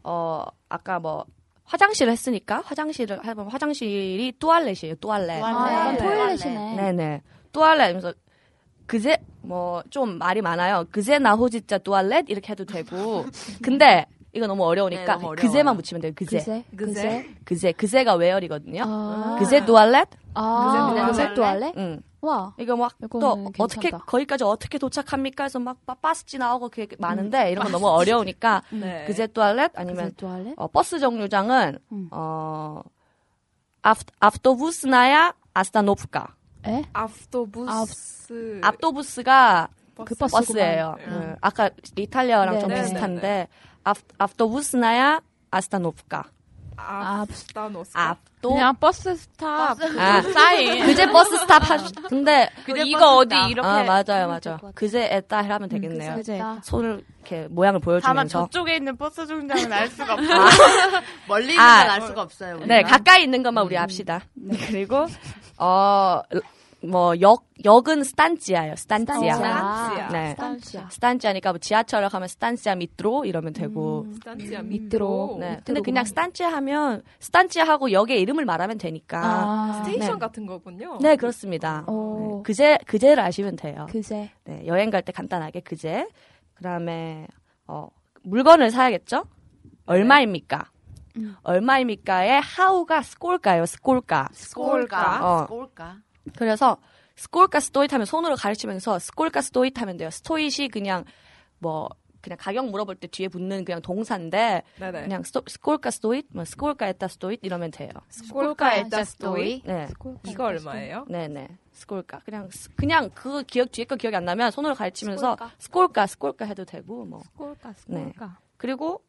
Speaker 10: 어 아까 뭐 화장실을 했으니까 화장실을 해보면 화장실이 뚜알렛이에요. 뚜알렛.
Speaker 9: 아,
Speaker 3: 네.
Speaker 9: 약간
Speaker 3: 네.
Speaker 9: 토일렛이네.
Speaker 10: 네네. 뚜알렛 하면서 그제 뭐 좀 말이 많아요. 그제 나호지자 뚜알렛 이렇게 해도 되고. 근데 이거 너무
Speaker 3: 네,
Speaker 10: 어려우니까
Speaker 3: 너무 어려워요.
Speaker 10: 그제만 붙이면 돼요. 그제.
Speaker 1: 그새
Speaker 6: 그새?
Speaker 10: 그제. 그제가 웨얼이거든요.
Speaker 1: 아,
Speaker 10: 그제 뚜알렛?
Speaker 1: 아,
Speaker 6: 그새
Speaker 1: 그새 또
Speaker 9: 네?
Speaker 1: 할래?
Speaker 10: 응.
Speaker 9: 와.
Speaker 10: 이거 막
Speaker 1: 이거는
Speaker 10: 또 어떻게
Speaker 1: 괜찮다.
Speaker 10: 거기까지 어떻게 도착합니까? 해서 막 바- 바스지 나오고 그게 많은데 이런 거 너무 어려우니까
Speaker 6: 네.
Speaker 10: 그제 또알렛
Speaker 1: 음. 그새
Speaker 10: 아니면
Speaker 1: 또 할래?
Speaker 10: 어, 버스 정류장은
Speaker 9: 음.
Speaker 10: 어 아프, 아프토부스나야 아스타노프카
Speaker 1: 에?
Speaker 6: 아프토부스.
Speaker 3: 네.
Speaker 10: 아프토부스가
Speaker 1: 그
Speaker 10: 버스예요.
Speaker 6: 네.
Speaker 10: 음, 아까 이탈리아랑 좀
Speaker 1: 네, 네,
Speaker 10: 비슷한데
Speaker 6: 네,
Speaker 10: 아, 아프토부스나야 아스타노프카
Speaker 6: 아프스타노스.
Speaker 10: 아프토
Speaker 1: 그냥 버스 스탑.
Speaker 10: 아,
Speaker 3: 사인.
Speaker 10: 그제 버스 스탑 하 근데
Speaker 3: 그제 버스
Speaker 10: 이거 어디
Speaker 3: 스탑.
Speaker 10: 이렇게 아, 맞아요 맞아요 그제 에따 하면 되겠네요
Speaker 1: 그제.
Speaker 10: 손을 이렇게 모양을
Speaker 12: 다만
Speaker 10: 보여주면서
Speaker 12: 저쪽에 있는 버스 정류장은 알 수가 없어.
Speaker 3: 멀리 있는
Speaker 10: 아,
Speaker 3: 건알 수가 없어요. 우리가.
Speaker 10: 네 가까이 있는 것만 우리 합시다 그리고 어, 어뭐역 역은 스탄지아예요 스탄지아,
Speaker 6: 스탄지아.
Speaker 10: 네
Speaker 1: 딴지야.
Speaker 10: 스탄지아니까 뭐 지하철을 가면 스탄지아 밑으로 이러면 되고
Speaker 6: 스탄지아
Speaker 1: 밑으로.
Speaker 6: 밑으로.
Speaker 10: 네
Speaker 1: 밑으로
Speaker 10: 근데 음. 그냥
Speaker 1: 가면-
Speaker 10: 스탄지아 하면 스탄지아하고 역의 이름을 말하면 되니까
Speaker 1: 아,
Speaker 6: 스테이션
Speaker 10: 네.
Speaker 6: 같은 거군요.
Speaker 10: 네 그렇습니다 네,
Speaker 1: 어,
Speaker 10: 그제 그제를 아시면 돼요
Speaker 1: 그새.
Speaker 10: 네, 여행 갈 때 간단하게 그제 그다음에 어, 물건을 사야겠죠? 얼마입니까?
Speaker 9: 음.
Speaker 10: 얼마입니까의 하우가 스콜까요? 스콜까.
Speaker 3: 스콜까?
Speaker 10: 어.
Speaker 3: 스콜까?
Speaker 10: 그래서 스콜까 스토잇 하면 손으로 가르치면서 스콜까 스토잇 하면 돼요. 스토잇이 그냥 뭐 그냥 가격 물어볼 때 뒤에 붙는 그냥 동사인데
Speaker 6: 네네.
Speaker 10: 그냥 스토, 스콜까 스토잇 뭐 스콜까 에따 스토잇 이러면 돼요.
Speaker 6: 스콜카 에타 스토이.
Speaker 10: 네.
Speaker 6: 이거 얼마예요?
Speaker 10: 네네. 스콜까 그냥 스- 그냥 그 기억 뒤에 거 기억이 안 나면 손으로 가르치면서 스콜까 스콜까 해도 되고 뭐
Speaker 1: 스콜까,
Speaker 10: 스콜까. 음. 그리고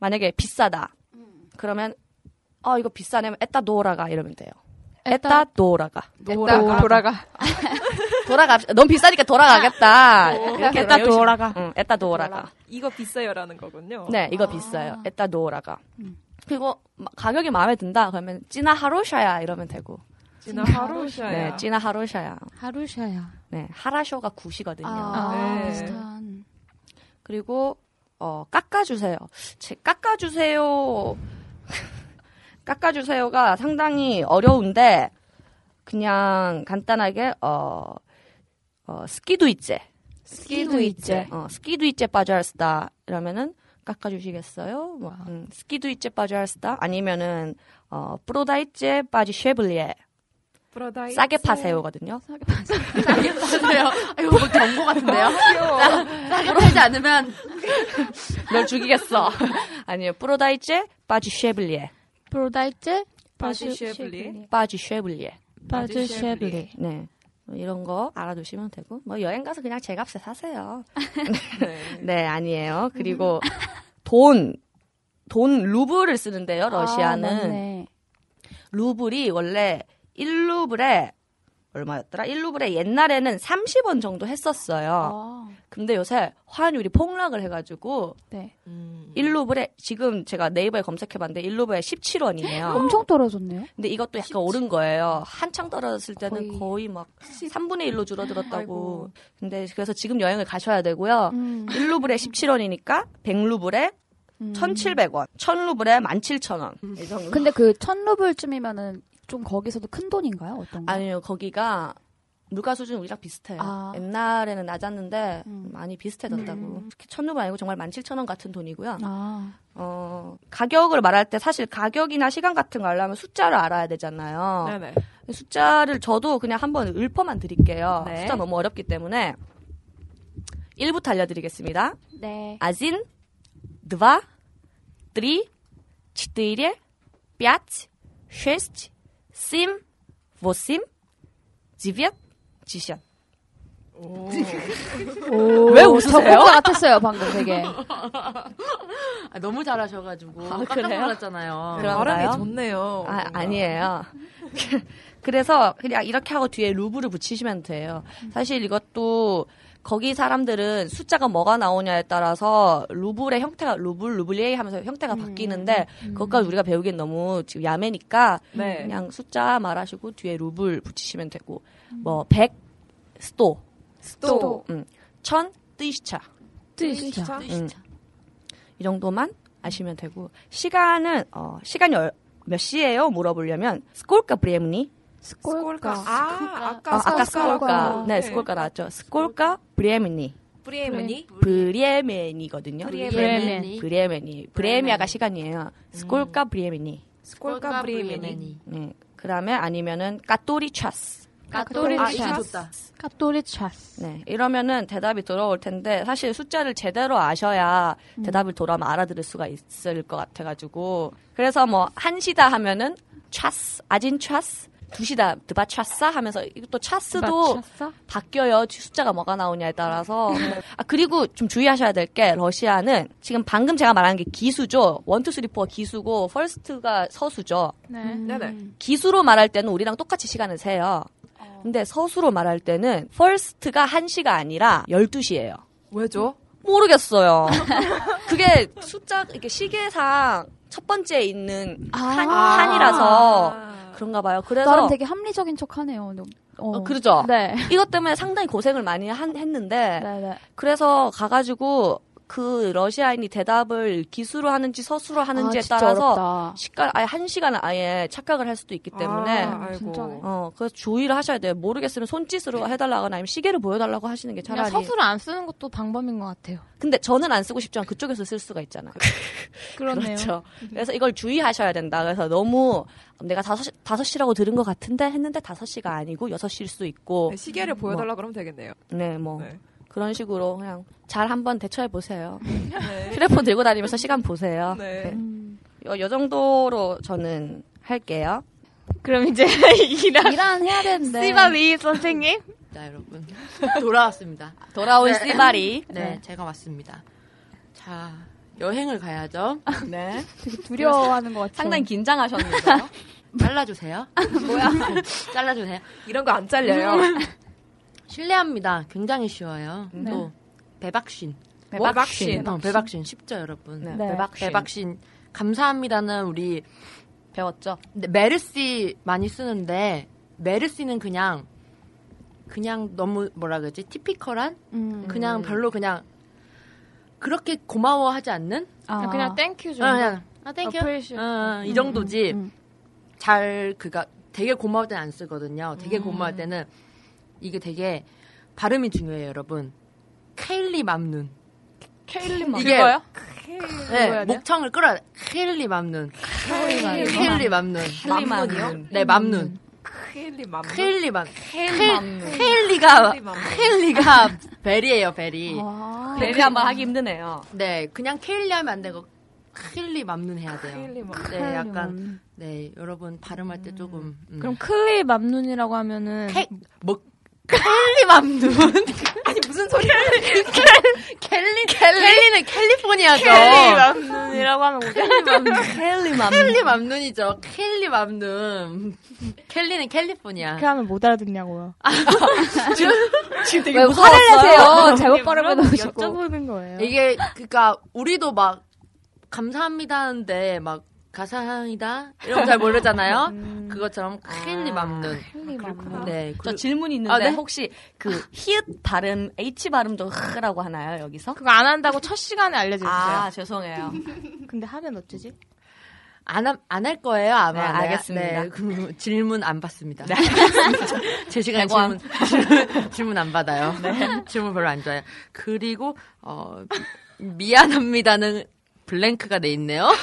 Speaker 10: 만약에 비싸다. 그러면 아 이거 비싸네면 에따 노라가 이러면 돼요. 에따 노라가.
Speaker 6: 돌아가. 돌아가.
Speaker 10: 돌아가. 넌 비싸니까 돌아가겠다. 이렇게
Speaker 1: 에따
Speaker 10: 외우시면-
Speaker 1: 돌아가.
Speaker 10: 응, 에따 노라가.
Speaker 6: 이거 비싸요라는 거군요.
Speaker 10: 네, 이거 비싸요. 에따 노라가. 그리고 마- 가격이 마음에 든다. 그러면 찌나 하로샤야 이러면 되고.
Speaker 6: 지나 하루샤야.
Speaker 10: 네, 찌나 하로샤야.
Speaker 1: 하루샤야.
Speaker 10: 네, 하라쇼가 굿이거든요.
Speaker 9: 아,
Speaker 6: 네.
Speaker 9: 비슷한.
Speaker 10: 그리고 어 깎아주세요. 제 깎아주세요. 깎아주세요가 상당히 어려운데 그냥 간단하게 어, 어 스키도 있제.
Speaker 1: 스키도 있제.
Speaker 10: 어 스키도 있제 빠져할스다 이러면은 깎아주시겠어요? 뭐 음, 스키도 있제 빠져할스다 아니면은 어 프로다 있제 빠지 쉐블리에
Speaker 6: 브라다이.
Speaker 10: 싸게 파세요거든요.
Speaker 3: 맞아요. 이거 뭐 경고 같은데요? 싸게 팔지 않으면
Speaker 10: 널 죽이겠어. 아니요 프로다 있제 빠지 쉐블리에
Speaker 1: 프로다이츠
Speaker 6: 바지 쉐블리.
Speaker 10: 빠지 쉐블리에
Speaker 1: 바지 쉐블리.
Speaker 10: 네. 뭐 이런 거 알아두시면 되고 뭐 여행 가서 그냥 제값에 사세요.
Speaker 6: 네.
Speaker 10: 네, 아니에요. 그리고 돈, 돈 루블을 쓰는데요.
Speaker 9: 아,
Speaker 10: 러시아는
Speaker 9: 맞네.
Speaker 10: 루블이 원래 1루블에 얼마였더라? 1루블에 옛날에는 30원 정도 했었어요.
Speaker 9: 아,
Speaker 10: 근데 요새 환율이 폭락을 해가지고
Speaker 9: 네.
Speaker 6: 음.
Speaker 10: 1루블에 지금 제가 네이버에 검색해봤는데 1루블에 17원이에요.
Speaker 9: 엄청 떨어졌네요.
Speaker 10: 근데 이것도 약간 오른 거예요. 한창 떨어졌을 때는
Speaker 9: 거의.
Speaker 10: 거의, 막 3분의 1로 줄어들었다고. 근데 그래서 지금 여행을 가셔야 되고요.
Speaker 9: 음.
Speaker 10: 1루블에 17원이니까 100루블에
Speaker 9: 음.
Speaker 10: 1,700원, 1,000루블에 17,000원. 이 정도.
Speaker 9: 근데 그 천루블쯤이면은좀 거기서도 큰 돈인가요? 어떤가?
Speaker 10: 아니요, 거기가 물가 수준 우리랑 비슷해요.
Speaker 9: 아.
Speaker 10: 옛날에는 낮았는데
Speaker 9: 음.
Speaker 10: 많이 비슷해졌다고. 특히 1,000루블 아니고 정말 17,000원 같은 돈이고요.
Speaker 9: 아,
Speaker 10: 어, 가격을 말할 때 사실 가격이나 시간 같은 거 알려면 숫자를 알아야 되잖아요.
Speaker 6: 네네.
Speaker 10: 숫자를 저도 그냥 한번 읊어만 드릴게요.
Speaker 6: 네.
Speaker 10: 숫자 너무 어렵기 때문에 1부터 알려드리겠습니다.
Speaker 9: 네.
Speaker 10: 아진, 드바, 드리, 치드이레, 뼈치, 쉐스치, 심, 보심, 지벳, 지션.
Speaker 6: 오.
Speaker 10: 왜 웃으세요?
Speaker 9: 저 같았어요, 방금 되게.
Speaker 3: 아, 너무 잘하셔가지고
Speaker 1: 아,
Speaker 3: 깜짝
Speaker 10: 그래요?
Speaker 3: 놀랐잖아요.
Speaker 1: 네.
Speaker 10: 그럼-
Speaker 6: 발음이
Speaker 10: 그런가요?
Speaker 6: 좋네요.
Speaker 10: 아, 아니에요. 그래서 그냥 이렇게 하고 뒤에 루브를 붙이시면 돼요. 사실 이것도 거기 사람들은 숫자가 뭐가 나오냐에 따라서 루블의 형태가 루블 루블리에 하면서 형태가 바뀌는데 그것까지 우리가 배우기엔 너무 지금 야매니까
Speaker 6: 네.
Speaker 10: 그냥 숫자 말하시고 뒤에 루블 붙이시면 되고 뭐 100, 100, 스토. 음. 천 뜨이시차.
Speaker 1: 뜨이시차.
Speaker 10: 음. 이 정도만 아시면 되고 시간은 어, 시간이 얼- 몇 시예요? 물어보려면 스콜까 브리엠니?
Speaker 1: 스콜까.
Speaker 12: 아, 아까
Speaker 10: 아,
Speaker 12: 스콜카.
Speaker 10: 아까 스콜까. 네,
Speaker 12: 네.
Speaker 10: 스콜까 나왔죠. 스콜까 브리엠니.
Speaker 12: 브레이머니?
Speaker 10: 네, 브리에멘이거든요.
Speaker 12: 브리에멘이.
Speaker 10: 브리에멘이. 브레미아가 시간이에요. 스콜까 브리에멘이.
Speaker 12: 스콜카 브레이머니.
Speaker 10: 네. 그다음에 아니면은 까또리 차스.
Speaker 12: 아, 이거 좋다.
Speaker 1: 까또리 차스.
Speaker 10: 네. 이러면은 대답이 돌아올 텐데 사실 숫자를 제대로 아셔야 대답을 돌아오면 알아들을 수가 있을 것 같아 가지고 그래서 뭐 한시다 하면은 차스, 아진 차스, 두시다 드바 차싸 하면서 이거 또 차스도
Speaker 1: 맞췄어?
Speaker 10: 바뀌어요. 숫자가 뭐가 나오냐에 따라서.
Speaker 9: 네.
Speaker 10: 아, 그리고 좀 주의하셔야 될 게 러시아는 지금 방금 제가 말한 게 기수죠. 원투 쓰리 포 기수고 퍼스트가 서수죠.
Speaker 1: 네.
Speaker 10: 음.
Speaker 12: 네네.
Speaker 10: 기수로 말할 때는 우리랑 똑같이 시간을 세요.
Speaker 9: 어.
Speaker 10: 근데 서수로 말할 때는 퍼스트가 1시가 아니라 12시예요.
Speaker 6: 왜죠?
Speaker 10: 모르겠어요. 그게 숫자 이렇게 시계상 첫 번째에 있는 한,
Speaker 9: 아.
Speaker 10: 한이라서 그런가 봐요. 그래서
Speaker 9: 나름 되게 합리적인 척하네요. 너무- 어.
Speaker 10: 어, 그러죠.
Speaker 9: 네.
Speaker 10: 이것 때문에 상당히 고생을 많이 한- 했는데
Speaker 9: 네네.
Speaker 10: 그래서 가가지고 그 러시아인이 대답을 기수로 하는지 서수로 하는지에
Speaker 9: 아, 진짜
Speaker 10: 따라서
Speaker 9: 어렵다.
Speaker 10: 시간 아예 한 시간을 아예 착각을 할 수도 있기 때문에
Speaker 6: 아, 아이고.
Speaker 1: 진짜네.
Speaker 10: 어 그래서 주의를 하셔야 돼요. 모르겠으면 손짓으로 해달라거나 아니면 시계를 보여달라고 하시는 게
Speaker 1: 그냥
Speaker 10: 차라리.
Speaker 1: 서술을 안 쓰는 것도 방법인 것 같아요.
Speaker 10: 근데 저는 안 쓰고 싶지만 그쪽에서 쓸 수가 있잖아요.
Speaker 1: 그렇네요.
Speaker 10: 그렇죠. 그래서 이걸 주의하셔야 된다. 그래서 너무 내가 다섯 시- 다섯 시라고 들은 것 같은데 했는데 다섯 시가 아니고 여섯 시일 수도 있고
Speaker 6: 네, 시계를 보여달라 그러면 되겠네요.
Speaker 10: 네 뭐
Speaker 6: 네.
Speaker 10: 그런 식으로 그냥 잘 한번 대처해 보세요. 휴대폰 들고 다니면서 시간 보세요.
Speaker 6: 네.
Speaker 10: 네. 요, 요 정도로 저는 할게요.
Speaker 1: 그럼 이제 이랑
Speaker 9: 이란 해야 되는데.
Speaker 1: 씨바리 선생님.
Speaker 3: 자, 여러분. 돌아왔습니다.
Speaker 10: 돌아온 씨바리.
Speaker 3: 네, 제가 왔습니다. 자, 여행을 가야죠.
Speaker 10: 아,
Speaker 3: 네.
Speaker 9: 되게 두려워하는 것 같아요.
Speaker 10: 상당히 긴장하셨는데요.
Speaker 3: 잘라주세요. 뭐야? 잘라주세요.
Speaker 6: 이런 거 안 잘려요. 네.
Speaker 3: 실례합니다. 굉장히 쉬워요.
Speaker 10: 네.
Speaker 3: 또, 배박신.
Speaker 6: 배박신.
Speaker 3: 어, 배박신 쉽죠, 여러분.
Speaker 10: 네.
Speaker 9: 네.
Speaker 10: 대박
Speaker 3: 배박신. 감사합니다는 우리
Speaker 10: 배웠죠.
Speaker 3: 근데 메르시 많이 쓰는데 메르시는 그냥 그냥 너무 뭐라 그러지 티피컬한
Speaker 9: 음.
Speaker 3: 그냥 별로 그냥 그렇게 고마워하지 않는
Speaker 9: 아.
Speaker 1: 그냥 땡큐 좀.
Speaker 3: 어, 그냥 아 땡큐
Speaker 1: Appreciate.
Speaker 3: 어, 어, 이 정도지
Speaker 9: 음, 음.
Speaker 3: 잘 그가 되게 고마울 때는 안 쓰거든요
Speaker 9: 음.
Speaker 3: 되게 고마울 때는 이게 되게 발음이 중요해요 여러분 케일리 맘눈
Speaker 10: 케일리
Speaker 3: 이게 네, 목청을 끌어야 돼 케일리 맘눈 케일리 맘눈
Speaker 10: 맘눈이요?
Speaker 3: 네 맘눈
Speaker 6: 케일리 맘.
Speaker 3: 케일리만 케일리가 케일리가 베리예요 베리
Speaker 9: 아,
Speaker 3: 그
Speaker 10: 베리 한번 하기 힘드네요.
Speaker 3: 네 그냥 케일리 하면 안 되고 케일리 맘눈 해야 돼요
Speaker 6: 케일리 맘.
Speaker 3: 네 약간 네 여러분 발음할 때 조금 음.
Speaker 1: 그럼 클리 맘눈이라고 하면은
Speaker 3: 케- 뭐 켈리 맘눈
Speaker 6: 아니 무슨 소리야?
Speaker 3: 켈리 켈리는 캘리포니아죠
Speaker 1: 맘눈이라고 하면
Speaker 10: 케일리 맘.
Speaker 3: 켈리 맘눈이죠 켈리 맘눈 켈리는 캘리포니아
Speaker 1: 그렇게 하면 못 알아듣냐고요.
Speaker 10: 지금 되게
Speaker 9: 왜 화를 내세요? 잘못
Speaker 1: 그런
Speaker 9: 발음해
Speaker 1: 거
Speaker 9: 놓으시고.
Speaker 1: 여쭤보는
Speaker 10: 어?
Speaker 1: 거예요.
Speaker 3: 이게 그니까 우리도 막 감사합니다 하는데 막 가사이다 이런 거 잘 모르잖아요.
Speaker 10: 음.
Speaker 3: 그것처럼 켈리 맘눈. 네.
Speaker 10: 아, 저
Speaker 3: 그,
Speaker 10: 질문이 있는데
Speaker 3: 아, 네?
Speaker 10: 혹시 그 히읗 발음 H 발음도 흐라고 하나요 여기서?
Speaker 1: 그거 안 한다고 첫 시간에 알려주세요.
Speaker 10: 아 죄송해요.
Speaker 1: 근데 하면 어쩌지?
Speaker 3: 안안 할 거예요 아마.
Speaker 10: 네, 알겠습니다. 네.
Speaker 3: 네, 그 질문 안 받습니다. 제 시간
Speaker 10: 대광.
Speaker 3: 질문, 질문 질문 안 받아요.
Speaker 10: 네.
Speaker 3: 질문 별로 안 좋아요. 그리고 어 미안합니다는 블랭크가 돼 있네요.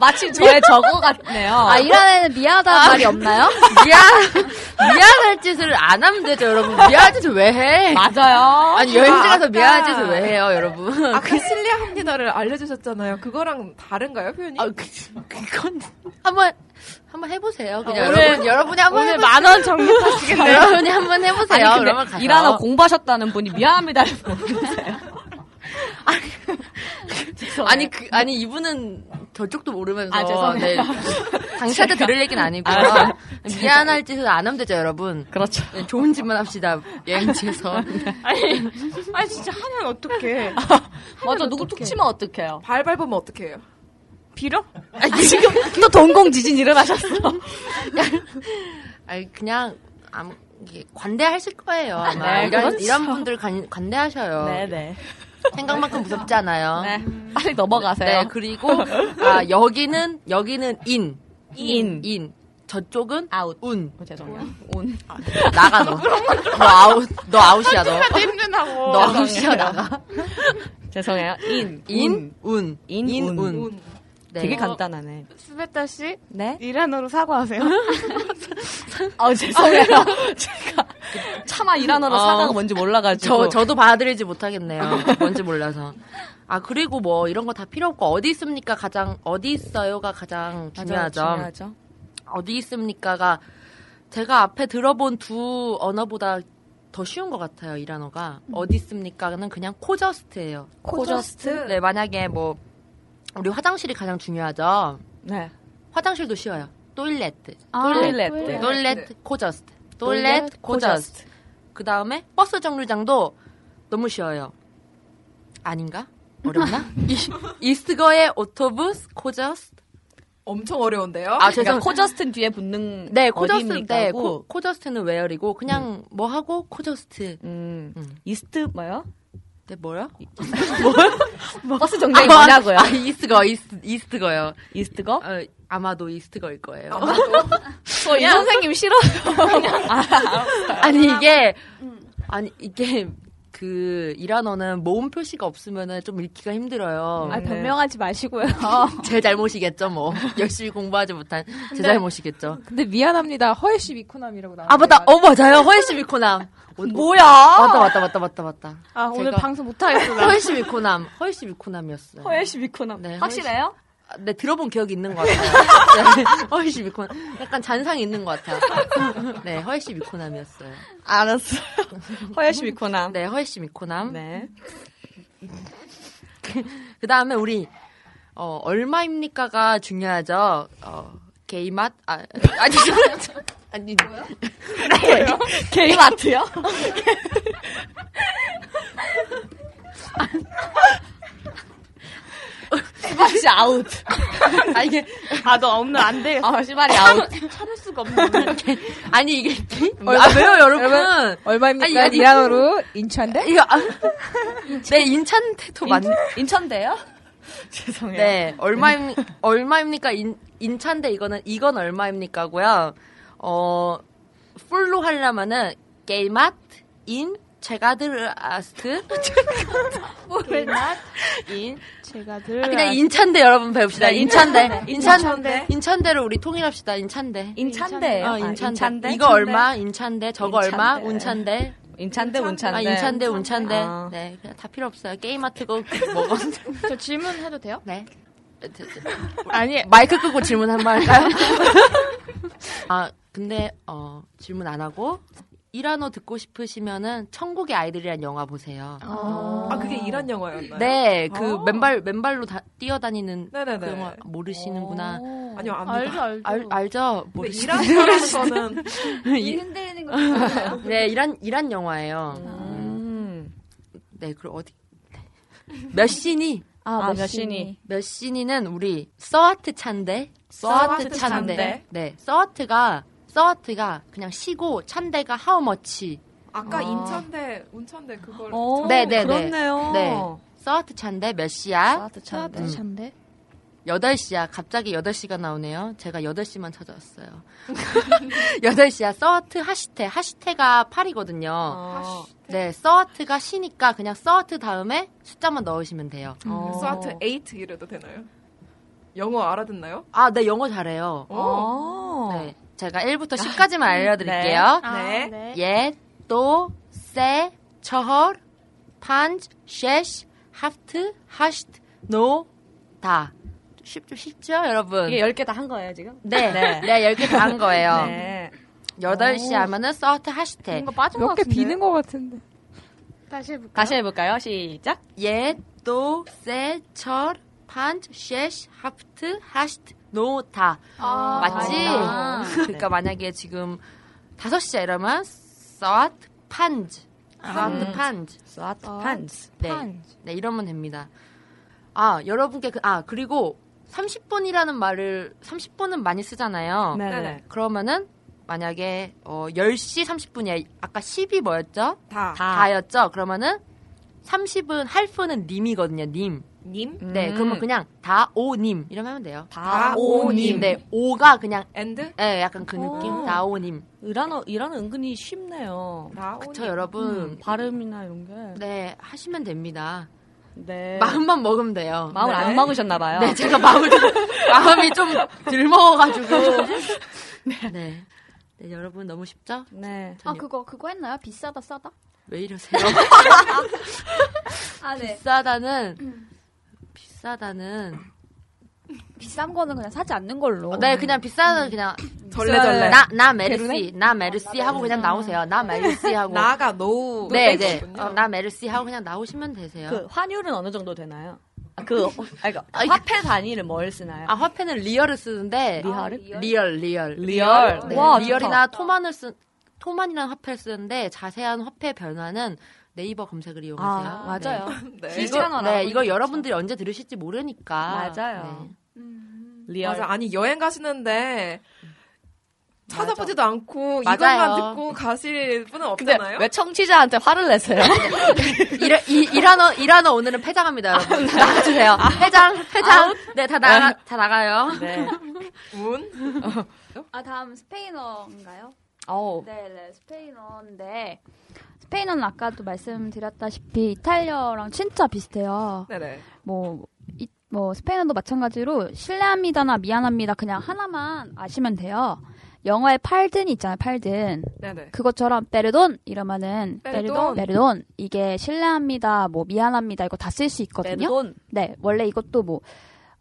Speaker 10: 마침 저의 저거 같네요. 아.
Speaker 9: 아, 이란에는 미안하다는 말이 없나요?
Speaker 3: 미안 미안할 짓을 안 하면 되죠 여러분. 미안할 짓을 왜 해?
Speaker 10: 맞아요.
Speaker 3: 아니 여행지 가서 미안할 짓을 왜 해요 여러분?
Speaker 6: 아까 그 실례합니다를 알려주셨잖아요. 그거랑 다른가요 표현이?
Speaker 3: 아, 그, 그건 한번 한번 해보세요. 어, 그냥
Speaker 1: 오늘-
Speaker 3: 여러분 여러분이 한번
Speaker 1: 오늘
Speaker 3: 해보세요.
Speaker 1: 만원 정립하시겠네요.
Speaker 3: 여러분이 한번 해보세요.
Speaker 10: 아니
Speaker 3: 그러면
Speaker 10: 근데
Speaker 3: 가요.
Speaker 10: 일하나 공부하셨다는 분이 미안합니다. 모르세요.
Speaker 3: 아니 그 아니 이분은 저쪽도 모르면서
Speaker 10: 아, 죄송해요.
Speaker 3: 네. 당사자 들을 얘기는 아니고요. 미안할 짓을 안 하면 되죠, 여러분.
Speaker 10: 그렇죠.
Speaker 3: 네, 좋은 짓만 합시다. 여행지에서
Speaker 1: 아니 진짜 하면 어떡해.
Speaker 10: 맞아 누구 툭 치면 어떡해요?
Speaker 6: 발 밟으면 어떻게 해요?
Speaker 1: 빌어?
Speaker 10: 아니, 지금 또 동공 지진 일어나셨어.
Speaker 3: 아니 그냥 아무
Speaker 10: 이게 관대하실 거예요. 아마
Speaker 5: 네,
Speaker 10: 이런,
Speaker 5: 그렇죠.
Speaker 10: 이런 분들 관, 관대하셔요.
Speaker 5: 네네.
Speaker 10: 생각만큼 무섭지 않아요.
Speaker 5: 네. 빨리 넘어가세요.
Speaker 10: 네, 그리고 아, 여기는 여기는 인.
Speaker 5: 인.
Speaker 10: 인. 저쪽은 아웃. 아, 운.
Speaker 5: 어, 죄송해요.
Speaker 10: 운. 나가 너. 너 아웃. 너 아웃이야 너.
Speaker 9: 힘든다고.
Speaker 10: 너 아웃이야 나가.
Speaker 5: 죄송해요. 인.
Speaker 10: 인. 운.
Speaker 5: 인, 운.
Speaker 10: 네.
Speaker 3: 어?
Speaker 5: 되게 간단하네.
Speaker 1: 스베타 씨
Speaker 5: 네?
Speaker 1: 이란어로 사과하세요.
Speaker 5: 아, 죄송해요. 제가 차마 이란어로
Speaker 10: 어.
Speaker 5: 사과가 뭔지 몰라가지고.
Speaker 10: 저 저도 받아들이지 못하겠네요. 뭔지 몰라서. 아 그리고 뭐 이런 거 다 필요 없고 어디 있습니까 가장 어디 있어요가 가장
Speaker 5: 맞아요,
Speaker 10: 중요하죠. 어디 있습니까가 제가 앞에 들어본 두 언어보다 더 쉬운 것 같아요. 이란어가 어디 있습니까는 그냥 코저스트예요.
Speaker 5: 코저스트?
Speaker 10: 네 만약에 뭐 우리 화장실이 가장 중요하죠.
Speaker 5: 네.
Speaker 10: 화장실도 쉬워요. 토일렛,
Speaker 6: 아,
Speaker 5: 톨렛.
Speaker 6: 네.
Speaker 1: 톨렛.
Speaker 5: 네.
Speaker 10: 토일렛 코저스트, 토일렛 코저스트. 그 다음에 버스 정류장도 너무 쉬워요. 아닌가? 어렵나? 이스거의 오토부스 코저스트.
Speaker 6: 엄청 어려운데요?
Speaker 10: 아
Speaker 5: 그러니까
Speaker 10: 죄송.
Speaker 5: 코저스트 뒤에 붙는
Speaker 10: 네, 코저스트,
Speaker 5: 어디입니까?
Speaker 10: 네, 코,
Speaker 5: 고.
Speaker 10: 코저스트는 웨어리고, 그냥 뭐 하고, 코저스트.
Speaker 5: 음.
Speaker 10: 음.
Speaker 5: 이스트 뭐요?
Speaker 10: 네, 뭐요?
Speaker 5: 버스 정류장이 네, 뭐냐고요?
Speaker 10: 아, 이스거, 이스, 이스트거요.
Speaker 5: 이스트거?
Speaker 10: 어, 아마도 이스트거일 거예요.
Speaker 5: 이 선생님 싫어요.
Speaker 10: 아니, 이게,
Speaker 9: 음.
Speaker 10: 아니, 이게, 그, 이란어는 모음 표시가 없으면은 좀 읽기가 힘들어요. 네.
Speaker 5: 아,
Speaker 9: 변명하지 마시고요.
Speaker 10: 제 잘못이겠죠, 뭐. 열심히 공부하지 못한 제 잘못이겠죠.
Speaker 9: 그러니까.
Speaker 6: 근데 미안합니다. 허예씨 미코남이라고 나와.
Speaker 10: 아, 맞다. 어, 맞아요. 허예씨 미코남. 오,
Speaker 5: 뭐야?
Speaker 10: 맞다, 맞다, 맞다, 맞다, 맞다.
Speaker 1: 아 오늘
Speaker 10: 제가-
Speaker 1: 방송 못 하겠어.
Speaker 10: 허예씨 미코남. 허예씨 미코남이었어요.
Speaker 5: 허예시 미코나.
Speaker 10: 네,
Speaker 5: 확실해요?
Speaker 10: 아, 네, 들어본 기억이 있는 것 같아요. 네, 허이씨 미코 약간 잔상이 있는 것 같아요. 네, 허이씨 미코남이었어요.
Speaker 5: 알았어요. 허예시 미코나.
Speaker 10: 네, 허이씨 미코남.
Speaker 5: 네.
Speaker 10: 그 다음에 우리, 어, 얼마입니까가 중요하죠. 어, 게이맛? 아, 아니, 네. 아니, 뭐요?
Speaker 5: 게이마트요? 시발이 아웃.
Speaker 10: 아, 이게,
Speaker 9: 아, 너 오늘 안 되겠어.
Speaker 5: 아, 시발이 아웃.
Speaker 9: 참을 수가 없네.
Speaker 10: 네. 아니, 이게, 게이- 아, 왜요, 여러분? 아니,
Speaker 6: 얼마입니까?
Speaker 10: 아니.
Speaker 6: 미안어로 인천대?
Speaker 10: 이거, 아, 네, 인찬태도 맞,
Speaker 5: 인천대요? 죄송해요.
Speaker 10: 네, 얼마임, 얼마입니까? 인, 인찬데 이거는 이건 얼마입니까고요. 어, 풀로 하려면은 게이맛 인 체가드라스트
Speaker 5: 아, 인.
Speaker 1: 제가들
Speaker 10: 아, 그냥 인찬데 여러분 배웁시다.
Speaker 5: 네,
Speaker 10: 인찬데. 인찬
Speaker 9: 인찬대.
Speaker 10: 인찬데를 우리 통일합시다. 인찬데.
Speaker 5: 인찬대요.
Speaker 10: 어,
Speaker 5: 아,
Speaker 10: 인찬데.
Speaker 5: 인찬대.
Speaker 10: 이거 얼마? 인찬데. 저거
Speaker 5: 인찬대.
Speaker 10: 얼마? 운찬데.
Speaker 5: 인찬대, 운찬대.
Speaker 10: 아, 인찬데, 운찬데.
Speaker 5: 아.
Speaker 10: 네, 그냥 다 필요 없어요. 게임마트고 그 먹어.
Speaker 1: 저 질문 해도 돼요?
Speaker 10: 네. 아니 마이크 끄고 질문 한 번 할까요? 아 근데 어 질문 안 하고 이란어 듣고 싶으시면은 천국의 아이들이란 영화 보세요.
Speaker 6: 아, 그게 이란 영화였나요?
Speaker 10: 네, 그 맨발 맨발로 다, 뛰어다니는 그
Speaker 6: 네네네.
Speaker 10: 영화 모르시는구나.
Speaker 6: 아니요, 압니다.
Speaker 1: 알죠 알죠.
Speaker 10: 알, 알죠?
Speaker 6: 근데
Speaker 10: 모르시.
Speaker 6: 이란 영화라는 거는
Speaker 10: 이-
Speaker 13: 흔들리는 거.
Speaker 10: 네, 이란 이란 영화예요.
Speaker 5: 음.
Speaker 10: 네, 그리고 어디? 몇 신이
Speaker 5: 아,
Speaker 9: 몇
Speaker 5: 몇
Speaker 9: 신이.
Speaker 5: 신이.
Speaker 10: 몇 신이는 우리 써아트 찬데
Speaker 6: 써아트 찬데.
Speaker 10: 네 써아트가 써아트가 그냥 시고 찬데가 하우머치
Speaker 6: 아까
Speaker 5: 아.
Speaker 6: 인천대, 운천대 그걸.
Speaker 5: 오,
Speaker 10: 네, 네, 네.
Speaker 5: 그렇네요.
Speaker 10: 네. 써아트 찬데 몇 시야?
Speaker 5: 사드 찬데.
Speaker 1: 찬데?
Speaker 10: 8시야. 갑자기 8시가 나오네요. 제가 8시만 찾아왔어요. 8시야. 써아트 하시테. 하시테가 8이거든요.
Speaker 6: 아.
Speaker 5: 어.
Speaker 10: 네, 써아트가 시니까 그냥 써아트 다음에 숫자만 넣으시면 돼요.
Speaker 5: 어.
Speaker 6: 스와트 8 이래도 되나요? 영어 알아듣나요?
Speaker 10: 아, 네, 영어 잘해요.
Speaker 6: 어.
Speaker 10: 네. 제가 1부터 10까지만 알려드릴게요.
Speaker 6: 아,
Speaker 1: 네.
Speaker 10: 예, 또, 세, 처헐, 판즈, 셰시, 하프트, 하시트, 노, 다. 쉽죠, 쉽죠, 여러분?
Speaker 5: 이게 10개 다 한 거예요, 지금?
Speaker 10: 네, 네, 열 개 다 한 거예요.
Speaker 5: 네.
Speaker 10: 여덟 시 하면은 서트 하시테.
Speaker 1: 뭔가 빠진 것
Speaker 6: 몇 개
Speaker 1: 같은데.
Speaker 6: 비는 것 같은데.
Speaker 1: 다시 해볼까?
Speaker 5: 다시 해볼까요? 시작.
Speaker 10: 예, 또, 세, 철, 판츠, 셰시, 하프트, 하시트, 노, 다. 맞지?
Speaker 5: 아.
Speaker 10: 그러니까 만약에 지금 다섯 시야 이러면 서트, 판즈. 서트, 판즈.
Speaker 5: 스와트 판즈.
Speaker 10: 네. 네, 이러면 됩니다. 아, 여러분께, 그, 아, 그리고 30분이라는 말을, 30분은 많이 쓰잖아요.
Speaker 5: 네네.
Speaker 10: 그러면은
Speaker 5: 만약에 어, 10시 30분이야. 아까 10이 뭐였죠?
Speaker 6: 다.
Speaker 10: 아.
Speaker 5: 다였죠? 그러면은 30은 할프는 님이거든요. 님.
Speaker 6: 님?
Speaker 5: 네,
Speaker 10: 음.
Speaker 5: 그러면 그냥 다오님 이러면 하면 돼요.
Speaker 10: 다오님.
Speaker 5: 네, 오가 그냥
Speaker 6: 엔드?
Speaker 5: 네, 약간 그 느낌.
Speaker 10: 음. 오.
Speaker 5: 다오님.
Speaker 10: 이란어 이란어 은근히 쉽네요.
Speaker 5: 그쵸 여러분.
Speaker 10: 음, 발음이나 이런 게.
Speaker 5: 네, 하시면 됩니다.
Speaker 10: 네.
Speaker 5: 마음만 먹으면 돼요.
Speaker 10: 마음을 안 먹으셨나 봐요.
Speaker 5: 네, 제가 마음을 좀, 마음이 좀 들먹어가지고. 네. 음. 네. 여러분 너무 쉽죠?
Speaker 10: 네.
Speaker 9: 아 그거 그거 했나요? 비싸다 싸다?
Speaker 5: 왜 이러세요?
Speaker 9: 아 네.
Speaker 5: 비싸다는 비싸다는
Speaker 9: 비싼 거는 그냥 사지 않는 걸로.
Speaker 5: 어, 네 그냥 비싸다는 그냥
Speaker 6: 절레절레.
Speaker 5: 나, 나 메르시 나 메르시 하고 그냥 나오세요. 나 메르시 하고
Speaker 6: 나가 노.
Speaker 5: 네, 네. 어, 나 메르시 하고 그냥 나오시면 되세요.
Speaker 10: 그 환율은 어느 정도 되나요? 아, 그 어, 아니, 그 화폐 단위를 뭘 쓰나요?
Speaker 5: 아 화폐는 리얼을 쓰는데
Speaker 10: 리얼을?
Speaker 5: 리얼 리얼
Speaker 10: 리얼.
Speaker 5: 네,
Speaker 10: 와,
Speaker 5: 리얼이나 토만을 쓴 토만이라는 화폐를 쓰는데 자세한 화폐 변화는 네이버 검색을 이용하세요.
Speaker 10: 아, 맞아요.
Speaker 6: 네.
Speaker 5: 이거, 네, 이거 여러분들이 언제 들으실지 모르니까.
Speaker 10: 맞아요.
Speaker 5: 네.
Speaker 10: 리얼.
Speaker 6: 맞아. 아니 여행 가시는데 찾아보지도 않고
Speaker 5: 맞아요.
Speaker 6: 이것만 듣고 가실 분은
Speaker 14: 근데
Speaker 6: 없잖아요.
Speaker 14: 왜 청취자한테 화를 내세요?
Speaker 5: 이라, 이, 이란어, 이란어 오늘은 폐장합니다, 여러분. 나가주세요. 폐장, 폐장. 네, 다 나가, 다 나가요.
Speaker 10: 네.
Speaker 6: 운?
Speaker 9: 아 다음 스페인어인가요?
Speaker 10: 어우.
Speaker 9: 네네 스페인어인데 스페인어는 아까도 말씀드렸다시피 이탈리아랑 진짜 비슷해요.
Speaker 6: 네네.
Speaker 9: 뭐, 이, 뭐 스페인어도 마찬가지로 실례합니다나 미안합니다 그냥 하나만 아시면 돼요. 영어에 팔든 있잖아요 팔든
Speaker 6: 네네.
Speaker 9: 그것처럼 베르돈 이러면은
Speaker 6: 베르돈.
Speaker 9: 베르돈 베르돈 이게 실례합니다 뭐 미안합니다 이거 다 쓸 수 있거든요.
Speaker 10: 돈
Speaker 9: 네, 원래 이것도 뭐,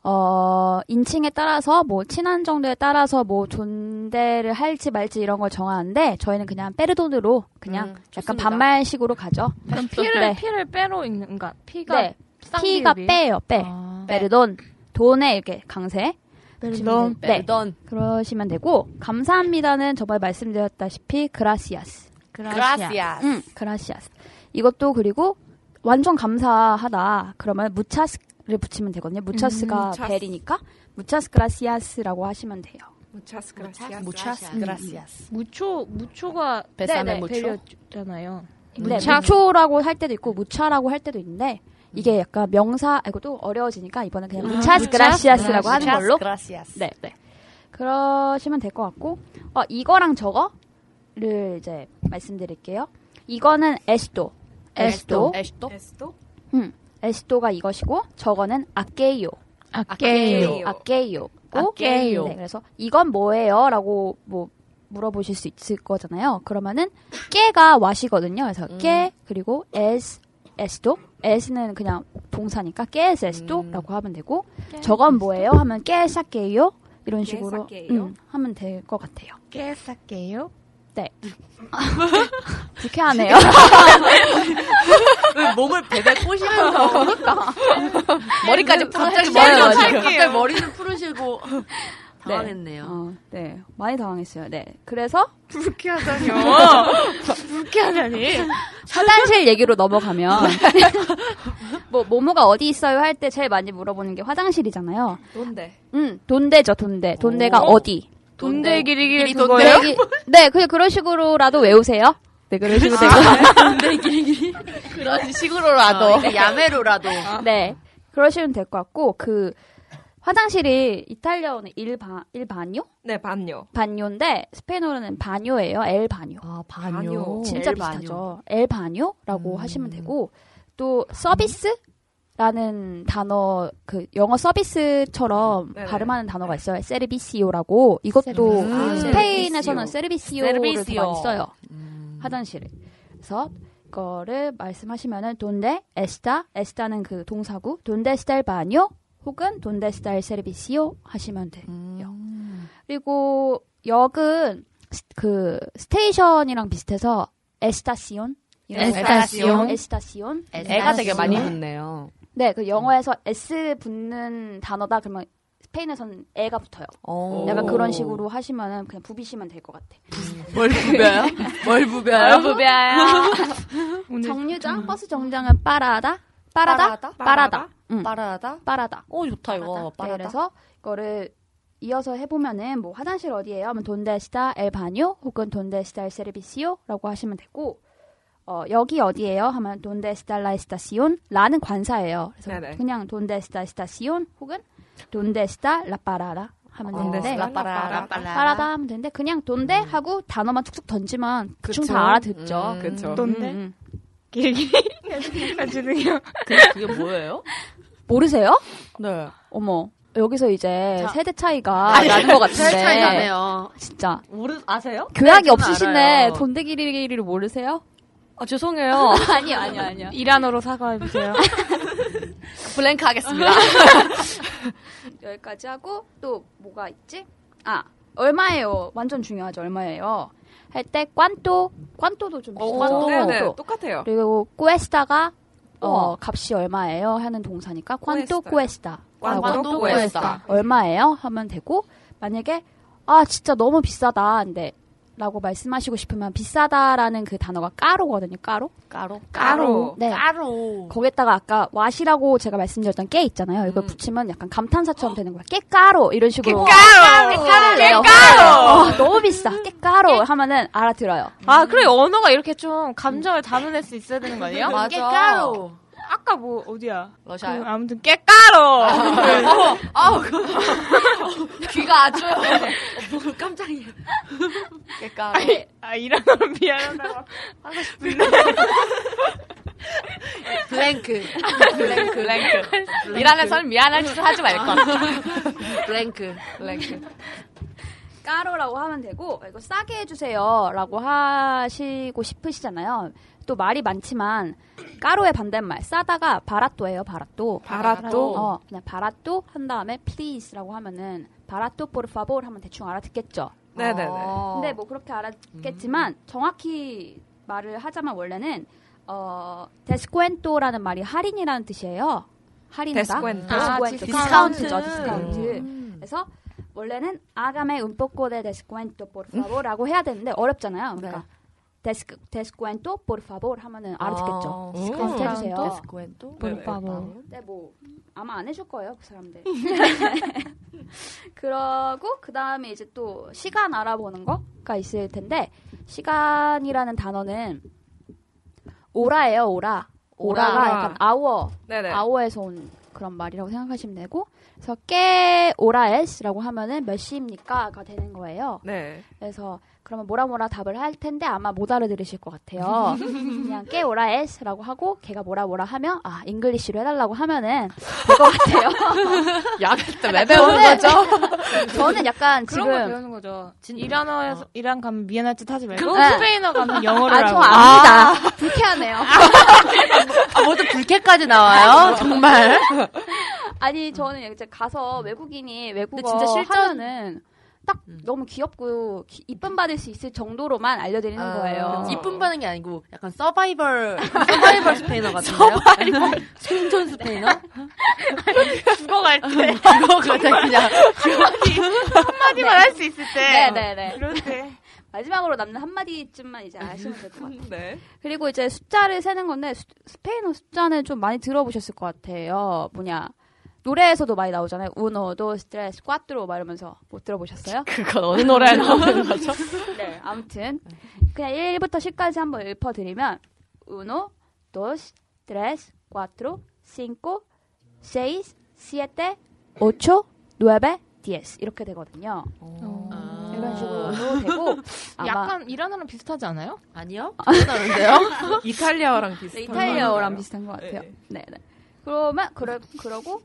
Speaker 9: 어, 인칭에 따라서, 뭐, 친한 정도에 따라서, 뭐, 존대를 할지 말지 이런 걸 정하는데, 저희는 그냥 빼르돈으로, 그냥,
Speaker 10: 음,
Speaker 9: 약간
Speaker 10: 좋습니다.
Speaker 9: 반말식으로 가죠.
Speaker 15: 그럼 피를
Speaker 9: 네.
Speaker 15: 피를 빼로 읽는 그러니까 피가
Speaker 9: 네, T가 빼예요, 빼.
Speaker 15: 아.
Speaker 9: 빼르돈, 돈에 이렇게 강세.
Speaker 15: 베르돈.
Speaker 9: 네,
Speaker 10: 돈
Speaker 9: 그러시면 되고, 감사합니다는 저번에 말씀드렸다시피, 그라시아스.
Speaker 10: 그라시아.
Speaker 9: 응, 그라시아스. 이것도 그리고, 완전 감사하다. 그러면, 무차스를 붙이면 되거든요. 음, 무차스가
Speaker 6: 무차스.
Speaker 9: 벨이니까, 무차스 그라시아스라고 하시면 돼요.
Speaker 6: 무차스 그라시아스.
Speaker 10: 무차스 그라시아스.
Speaker 15: 무초 무초가
Speaker 10: 베사메
Speaker 9: 네,
Speaker 10: 무초.
Speaker 15: 베렸잖아요.
Speaker 9: 네, 무초라고 할 때도 있고 무차라고 할 때도 있는데 이게 약간 명사 아, 이거 또 어려워지니까 이번엔 그냥 아, 무차스 그라시아스라고 하는
Speaker 10: 무차스
Speaker 9: 걸로
Speaker 10: 그라시아스.
Speaker 9: 네, 네. 그러시면 될 것 같고 어, 이거랑 저거를 이제 말씀드릴게요. 이거는 에스도 에스도 음,
Speaker 10: 에스토.
Speaker 6: 에스도?
Speaker 9: 에스도가 이것이고 저거는 아케이오
Speaker 6: 아케요.
Speaker 9: 아케이오
Speaker 10: 아케요.
Speaker 9: 네, 그래서 이건 뭐예요라고 뭐 물어보실 수 있을 거잖아요. 그러면은 깨가 와시거든요. 그래서 깨 그리고 에스 에스도 에스는 그냥 동사니까 깨스 에스도라고 하면 되고 저건 뭐예요? 하면 깨사케요 이런 식으로
Speaker 6: 깨사케요?
Speaker 9: 음, 하면 될 것 같아요. 네.
Speaker 15: 깨삭게요.
Speaker 9: 불쾌하네요.
Speaker 10: 몸을 베베 꼬시면서 머리까지
Speaker 5: 그러니까. 머리가
Speaker 10: 갑자기 머리가
Speaker 5: 갑자기
Speaker 10: 찰게요.
Speaker 5: 머리는 푸르시고. 당황했네요.
Speaker 9: 어, 네, 많이 당황했어요. 네, 그래서
Speaker 10: 불쾌하다니.
Speaker 9: 화장실 얘기로 넘어가면 뭐 모모가 어디 있어요 할 때 제일 많이 물어보는 게 화장실이잖아요.
Speaker 6: 뭔데?
Speaker 9: 응, 돈대죠, 돈대. 돈대가 어디?
Speaker 5: 뭐?
Speaker 15: 돈대 길이 길이
Speaker 9: 네, 기- 네, 그냥 그런 식으로라도 외우세요. 네, 그런 식으로 되고.
Speaker 14: 그런 식으로라도.
Speaker 5: 어, 야매로라도.
Speaker 9: 네. 그러시면 될 것 같고, 그, 화장실이 이탈리아어는 일바, 일바뇨?
Speaker 6: 네, 반요.
Speaker 9: 반요인데, 스페인어로는 바뇨예요. 엘바뇨.
Speaker 10: 아
Speaker 6: 반요.
Speaker 9: 진짜
Speaker 5: 엘바뇨.
Speaker 9: 비슷하죠. 음. 엘바뇨라고 하시면 되고, 또, 서비스? 라는 단어, 그, 영어 서비스처럼
Speaker 6: 네네.
Speaker 9: 발음하는 단어가 있어요. 세르비시오라고. 이것도
Speaker 5: 아,
Speaker 9: 스페인에서는 세르비시오를 더
Speaker 10: 세르비시오.
Speaker 9: 많이 써요. 화장실을. 그래서 이거를 말씀하시면은 돈데 에스타 에스타는 그 동사구 돈데 스텔 바뇨 혹은 돈데 스텔 세르비시오 하시면 돼요. 그리고 역은 스- 그 스테이션이랑 비슷해서 에스타시온
Speaker 5: 에스타시온.
Speaker 9: 에스타시온
Speaker 10: 애가 되게 많이
Speaker 1: 음.
Speaker 10: 붙네요.
Speaker 9: 네, 그 영어에서 S 붙는 단어다 그러면 스페인에서는 에가 붙어요.
Speaker 10: 어.
Speaker 9: 약간 그런 식으로 하시면은 그냥 부비시면 될 것 같아.
Speaker 5: 뭘 부벼요? 뭘 부벼요?
Speaker 9: 정류장 버스 정류장은 빠라다 음. 빠라다 빠라다
Speaker 6: 빠라다?
Speaker 9: 응.
Speaker 10: 빠라다.
Speaker 9: 빠라다
Speaker 10: 어 좋다 이거.
Speaker 9: 네,
Speaker 10: 빠라다.
Speaker 9: 그래서 이거를 이어서 해보면은 뭐 화장실 어디예요? 하면 돈데시다 엘 바뇨 혹은 돈데시다 엘 세르비시오라고 하시면 되고 어, 여기 어디예요? 하면 돈데시다 라 에스타시온 라는 관사예요. 그래서
Speaker 6: 네네.
Speaker 9: 그냥 돈데시다 에스타시온 혹은 돈데시다 라빠라라 하면
Speaker 6: 어,
Speaker 9: 되는데
Speaker 6: 라빠라라. 라빠라라.
Speaker 9: 빠라다 하면 되는데 그냥 돈데
Speaker 10: 음.
Speaker 9: 하고 단어만 툭툭 던지면 대충
Speaker 6: 그쵸.
Speaker 9: 다 알아듣죠.
Speaker 6: 음, 그쵸.
Speaker 9: 돈데 길길이 해주네요.
Speaker 10: 그게 뭐예요?
Speaker 9: 모르세요?
Speaker 10: 네.
Speaker 9: 어머 여기서 이제
Speaker 10: 자.
Speaker 9: 세대 차이가
Speaker 10: 아니,
Speaker 9: 나는 것 같은데
Speaker 10: 세대 차이 나네요.
Speaker 9: 진짜
Speaker 10: 모르 아세요?
Speaker 9: 교양이
Speaker 10: 네, 저는
Speaker 9: 없으시네
Speaker 10: 알아요.
Speaker 9: 돈대기리기를 모르세요?
Speaker 10: 아 죄송해요.
Speaker 9: 아니요 아니요 아니요
Speaker 1: 이란어로 사과해주세요.
Speaker 10: 블랭크 하겠습니다.
Speaker 9: 여기까지 하고 또 뭐가 있지? 아 얼마예요? 완전 중요하죠 얼마예요? 할 때 꽌또 꽌또도 좀
Speaker 6: 어,
Speaker 9: 비슷하죠.
Speaker 6: 네네
Speaker 9: 또.
Speaker 6: 똑같아요.
Speaker 9: 그리고 꾸에스다가 어,
Speaker 6: 우와.
Speaker 9: 값이 얼마예요? 하는 동사니까 꽌또
Speaker 6: 꾸에스다요.
Speaker 9: 꾸에스다
Speaker 6: 꽌또
Speaker 9: 꾸에스다
Speaker 6: 꾸에스다.
Speaker 9: 얼마예요? 하면 되고 만약에 아 진짜 너무 비싸다 근데 라고 말씀하시고 싶으면 비싸다라는 그 단어가 까로거든요 까로
Speaker 10: 까로.
Speaker 6: 까로.
Speaker 9: 네
Speaker 3: 따로.
Speaker 9: 거기에다가 아까 왓이라고 제가 말씀드렸던 깨 있잖아요. 이걸 붙이면 약간 감탄사처럼 되는 거야. 깨까로 이런 식으로. 깨까로. 깨까로. 어, 너무 비싸. 깨까로 하면은 알아들어요.
Speaker 1: 아, 그래, 언어가 이렇게 좀 감정을 담아낼 수 있어야 되는 거 아니에요?
Speaker 10: 맞아.
Speaker 1: 깨까로. 아까 뭐, 어디야?
Speaker 10: 러시아요. 아, 네.
Speaker 1: 그, 아무튼
Speaker 10: 그
Speaker 1: 깨까로!
Speaker 10: 귀가 아주 뭐, 깜짝이야. 까로.
Speaker 1: 아, 이란어는 미안하다고.
Speaker 3: 블랭크.
Speaker 10: 블랭크. 블랭크. 이란에서는 미안한 짓을 하지 말 것.
Speaker 3: 블랭크.
Speaker 10: 블랭크.
Speaker 9: 까로라고 하면 되고 이거 싸게 해주세요라고 하시고 싶으시잖아요. 또 말이 많지만 까로의 반대말 싸다가 바라또예요. 바라또.
Speaker 6: 바라또?
Speaker 9: 어 그냥 바라또 한 다음에 please라고 하면은 바라또 por favor 하면 대충 알아듣겠죠.
Speaker 6: 네네네.
Speaker 9: 근데 뭐 그렇게 알았겠지만 정확히 말을 하자면 원래는 어 데스쿠엔토라는 말이 할인이라는 뜻이에요. 할인이다.
Speaker 6: 데스쿠엔토.
Speaker 9: 데스쿠엔토.
Speaker 6: 아,
Speaker 9: 디스카운트죠, 디스카운트. 그래서 원래는 아가메 운포코데 데스쿠엔토 포르파보라고 해야 되는데 어렵잖아요. 그러니까 데스크 데스쿠엔토 포르파보 하면은 알아듣겠죠.
Speaker 6: 음?
Speaker 9: 음. 디스카운트 해주세요.
Speaker 10: 어. 네, 데스코엔토.
Speaker 6: 네,
Speaker 1: 볼바보.
Speaker 9: 근데 뭐 아마 안 해줄 거예요 그 사람들. 그러고 그 다음에 이제 또 시간 알아보는 거가 있을 텐데 시간이라는 단어는 오라예요 오라. 오라가
Speaker 6: 오라.
Speaker 9: 약간 아워
Speaker 6: 네네.
Speaker 9: 아워에서 온 그런 말이라고 생각하시면 되고 그래서 깨 오라에스라고 하면은 몇 시입니까가 되는 거예요.
Speaker 6: 네.
Speaker 9: 그래서 그러면 뭐라 뭐라 답을 할 텐데 아마 못 알아들으실 것 같아요. 그냥 깨 오라에스라고 하고 걔가 뭐라 뭐라 하면 아 잉글리시로 해달라고 하면은 될 것 같아요.
Speaker 10: 야, 그때 왜 배우는
Speaker 9: 저는-
Speaker 10: 거죠?
Speaker 9: 저는 약간
Speaker 1: 그런 거
Speaker 9: 지금
Speaker 1: 배우는 거죠. 진 이란어에서, 이란 가면 미안한 짓 하지 말고,
Speaker 9: 네.
Speaker 1: 스페인어 그 가면 영어를
Speaker 9: 아 저
Speaker 1: 하고.
Speaker 9: 압니다. 불쾌하네요.
Speaker 3: 아, 뭐또 불쾌까지 나와요? 정말.
Speaker 9: 아니 저는 이제 가서 외국인이 외국어
Speaker 3: 음. 진짜 실전- 음.
Speaker 9: 하면은 딱 너무 귀엽고 기- 이쁨 받을 수 있을 정도로만 알려드리는
Speaker 10: 아,
Speaker 9: 거예요.
Speaker 10: 그치.
Speaker 3: 이쁨 받는 게 아니고 약간 서바이벌 서바이벌 스페인어 같은데요? 서바이벌 생존 스페인어?
Speaker 1: 죽어갈 때.
Speaker 3: 그거 같아 그냥
Speaker 1: 한마디만 할 수 있을 때.
Speaker 9: 네네네.
Speaker 1: 그럴 때.
Speaker 9: 마지막으로 남는 한마디쯤만 이제 아시면 될 것 같아요.
Speaker 6: 네.
Speaker 9: 그리고 이제 숫자를 세는 건데 수- 스페인어 숫자는 좀 많이 들어보셨을 것 같아요. 뭐냐 노래에서도 많이 나오잖아요. 우노, 도, 스트레스, 꽈뚜로 막 이러면서 못 들어보셨어요?
Speaker 10: 그건 어느 노래에 나오는 거죠?
Speaker 9: 네. 음. 아무튼 그냥 1부터 10까지 한번 읊어드리면 우노, 도, 스트레스, 꽈뚜로, cinco, seis, siete, ocho, nueve, diez 이렇게 되거든요.
Speaker 3: 어.
Speaker 9: 이런 식으로도 되고 아마 음.
Speaker 1: 약간 이란어랑 비슷하지 않아요?
Speaker 3: 아니요? 그러는데요?
Speaker 6: 이탈리아랑 비슷한.
Speaker 9: 네, 이탈리아어랑 비슷한 것 같아요.
Speaker 6: 네.
Speaker 9: 네, 네. 그러면 그러 그러고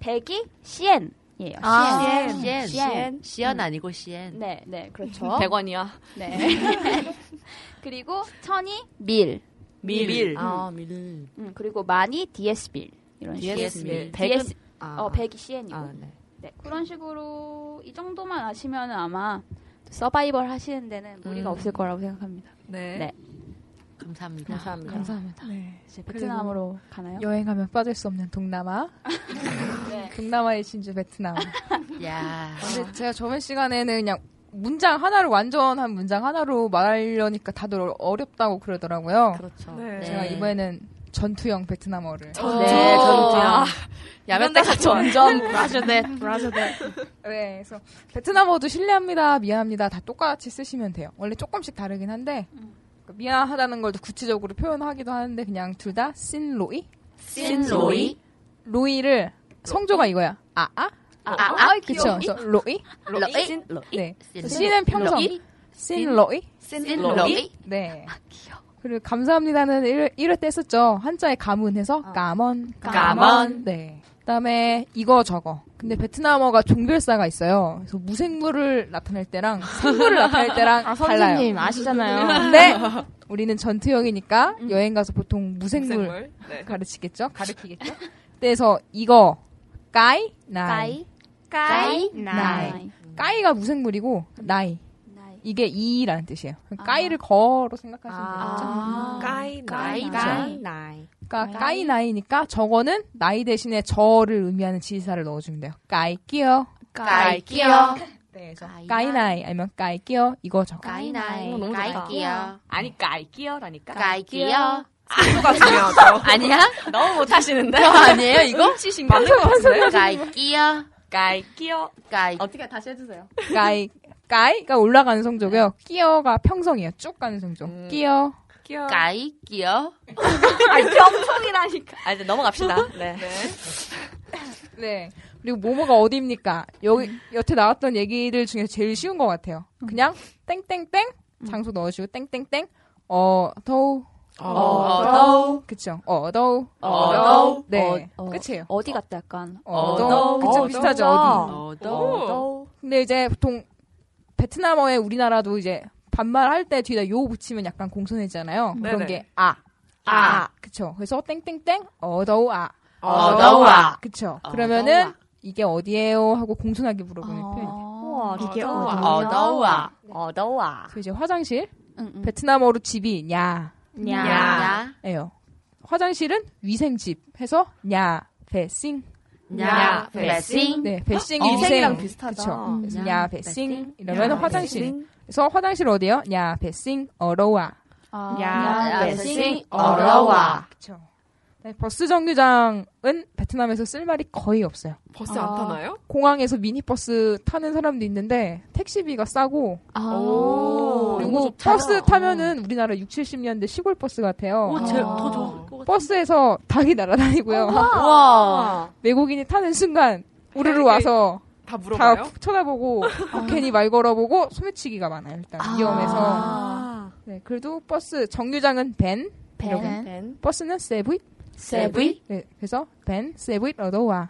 Speaker 9: 백이 시엔이에요. 시엔.
Speaker 3: 네, 시엔
Speaker 9: 시엔.
Speaker 3: 시엔 시엔 아니고 시엔 어?
Speaker 9: 네, 네, 그렇죠.
Speaker 10: 100원이야.
Speaker 9: 네. 그리고 천이 밀.
Speaker 10: 밀.
Speaker 3: 밀.
Speaker 10: 아, 밀.
Speaker 9: 음, 그리고 만이 DS 밀. 이런 식으로.
Speaker 10: DS 밀.
Speaker 9: DS
Speaker 10: 아,
Speaker 9: 어, 백이 시엔이고.
Speaker 10: 아, 네.
Speaker 9: 네. 그런 식으로 이 정도만 아시면 아마 서바이벌 하시는 데는 무리가
Speaker 10: 음.
Speaker 9: 없을 거라고 생각합니다.
Speaker 6: 네.
Speaker 9: 네.
Speaker 3: 감사합니다.
Speaker 1: 네.
Speaker 10: 감사합니다.
Speaker 5: 감사합니다.
Speaker 9: 이제 베트남으로 가나요?
Speaker 5: 여행하면 빠질 수 없는 동남아.
Speaker 9: 네.
Speaker 5: 동남아의 진주 베트남.
Speaker 3: 야.
Speaker 5: 근데 제가 저번 시간에는 그냥 문장 하나로 완전한 문장 하나로 말하려니까 다들 어렵다고 그러더라고요.
Speaker 3: 그렇죠.
Speaker 6: 네.
Speaker 5: 제가 이번에는 전투형 베트남어를
Speaker 10: 네, 저는 야면 때가 점점
Speaker 1: 브라저댓, 브라저댓.
Speaker 5: 네, 그래서 베트남어도 실례합니다, 미안합니다 다 똑같이 쓰시면 돼요. 원래 조금씩 다르긴 한데 그러니까 미안하다는 걸 더 구체적으로 표현하기도 하는데 그냥 둘 다 신로이,
Speaker 3: 신로이.
Speaker 5: 로이를 성조가 이거야. 아아,
Speaker 3: 아아?
Speaker 5: 그쵸? 그래서 로이,
Speaker 3: 로이?
Speaker 5: 네,
Speaker 3: 신로이.
Speaker 5: 신은 평성,
Speaker 3: 로이?
Speaker 5: 신로이,
Speaker 3: 신로이?
Speaker 5: 네. 그리고 감사합니다는 1, 일회때 썼죠. 한자에 가문해서 까먼.
Speaker 3: 까먼.
Speaker 5: 네. 그다음에 이거 저거. 근데 베트남어가 종별사가 있어요. 그래서 무생물을 나타낼 때랑 생물을 나타낼 때랑
Speaker 1: 아, 선생님
Speaker 5: 달라요.
Speaker 1: 아시잖아요.
Speaker 5: 근데 우리는 전투형이니까 여행 가서 보통 무생물,
Speaker 6: 무생물? 네.
Speaker 5: 가르치겠죠. 가르치겠죠. 그래서 이거 까이 나이
Speaker 1: 까이,
Speaker 5: 나이 까이가 무생물이고 나이 이게 이라는 뜻이에요. 그럼 까이를 거로 생각하시면
Speaker 3: 아.
Speaker 5: 되겠죠.
Speaker 6: 까이
Speaker 10: 아, 까이 아.
Speaker 5: 나이.
Speaker 10: 나이.
Speaker 5: 그러니까 까이 나이니까 저거는 나이 대신에 저를 의미하는 지시사를 넣어주면 돼요. 까이 끼어.
Speaker 3: 까이 끼어.
Speaker 5: 네, 그래서 까이 나이 아니면 까이 끼어 이거 어, 저거.
Speaker 3: 까이 나이.
Speaker 10: 너무 좋다.
Speaker 3: 까이끼어. 아니 까이끼어라니까.
Speaker 10: 까이끼어.
Speaker 6: 가 중요하죠.
Speaker 10: 아니야? 너무 못하시는데?
Speaker 3: 저 어, 아니에요, 이거?
Speaker 10: 음치신 맞는 것 같은데?
Speaker 3: 까이끼어.
Speaker 10: 까이끼어.
Speaker 3: 까이.
Speaker 10: 어떻게 다시 해주세요.
Speaker 5: 까이 까이가 올라가는 성조고요. 끼어가 평성이에요. 쭉 가는 성조. 끼어.
Speaker 6: 끼어.
Speaker 3: 까이끼어.
Speaker 10: 아니, 평통이라니까. 아, 이제 넘어갑시다. 네.
Speaker 5: 네. 그리고 모모가 어디입니까? 여기 여태 나왔던 얘기들 중에서 제일 쉬운 것 같아요. 그냥 땡땡땡 장소 넣어주고 땡땡땡 어 더우
Speaker 10: 어더우.
Speaker 5: 그쵸 어 더우
Speaker 10: 어더우.
Speaker 5: 네
Speaker 9: 어, 어.
Speaker 5: 끝이에요
Speaker 9: 어디 갔다 약간
Speaker 5: 어더우 그쵸
Speaker 10: 어,
Speaker 5: 비슷하죠 어디
Speaker 10: 진짜. 오.
Speaker 5: 근데 이제 보통 베트남어에 우리나라도 이제 반말할 때 뒤에다 요 붙이면 약간 공손해지잖아요
Speaker 6: 네네.
Speaker 5: 그런 게 아 아 그쵸 그래서 땡땡땡 어더우 아
Speaker 10: 아.
Speaker 3: 어더와.
Speaker 5: 그쵸
Speaker 3: 어,
Speaker 5: 그러면은
Speaker 3: 더우아.
Speaker 5: 이게 어디예요 하고 공손하게 물어보는 네,
Speaker 6: 아.
Speaker 9: 아.
Speaker 5: 표현이에요.
Speaker 10: 우와,
Speaker 9: 이게
Speaker 10: 어더워.
Speaker 3: 어더와.
Speaker 10: 어더와.
Speaker 5: 그 이제 화장실
Speaker 9: 응, 응.
Speaker 5: 베트남어로 집이 냐예요.
Speaker 3: 야.
Speaker 5: 화장실은 위생집 해서 냐 베싱.
Speaker 3: 야. 베싱.
Speaker 5: 네, 베싱이
Speaker 10: 어, 위생이랑
Speaker 5: 위생이랑
Speaker 10: 비슷하다.
Speaker 5: 그쵸. 그래서
Speaker 9: 음.
Speaker 5: 냐 베싱 이러면 화장실. 그래서 화장실 어디요? 냐 베싱 어로와.
Speaker 9: 아,
Speaker 3: 야.
Speaker 9: 네.
Speaker 3: 베싱.
Speaker 6: 아,
Speaker 3: 어러와.
Speaker 5: 그쵸. 네, 버스 정류장은 베트남에서 쓸 말이 거의 없어요.
Speaker 6: 버스 안 타나요?
Speaker 5: 공항에서 미니버스 타는 사람도 있는데 택시비가 싸고
Speaker 6: 오.
Speaker 5: 그리고 버스 타면은 우리나라 6, 70년대 시골 버스 같아요.
Speaker 3: 오,
Speaker 9: 아.
Speaker 3: 제더 좋을 것 같아.
Speaker 5: 버스에서 닭이 날아다니고요.
Speaker 10: 우와.
Speaker 5: 외국인이 타는 순간 우르르 와서 다
Speaker 6: 다 물어봐요?
Speaker 5: 쳐다보고
Speaker 9: 아.
Speaker 5: 괜히 말 걸어보고 소매치기가 많아요. 일단 위험해서.
Speaker 10: 아.
Speaker 5: 네, 그래도 버스 정류장은 벤,
Speaker 9: 벤,
Speaker 10: 벤.
Speaker 5: 버스는 세부이.
Speaker 3: 세브이.
Speaker 5: 네, 그래서 벤 세부이 어더와.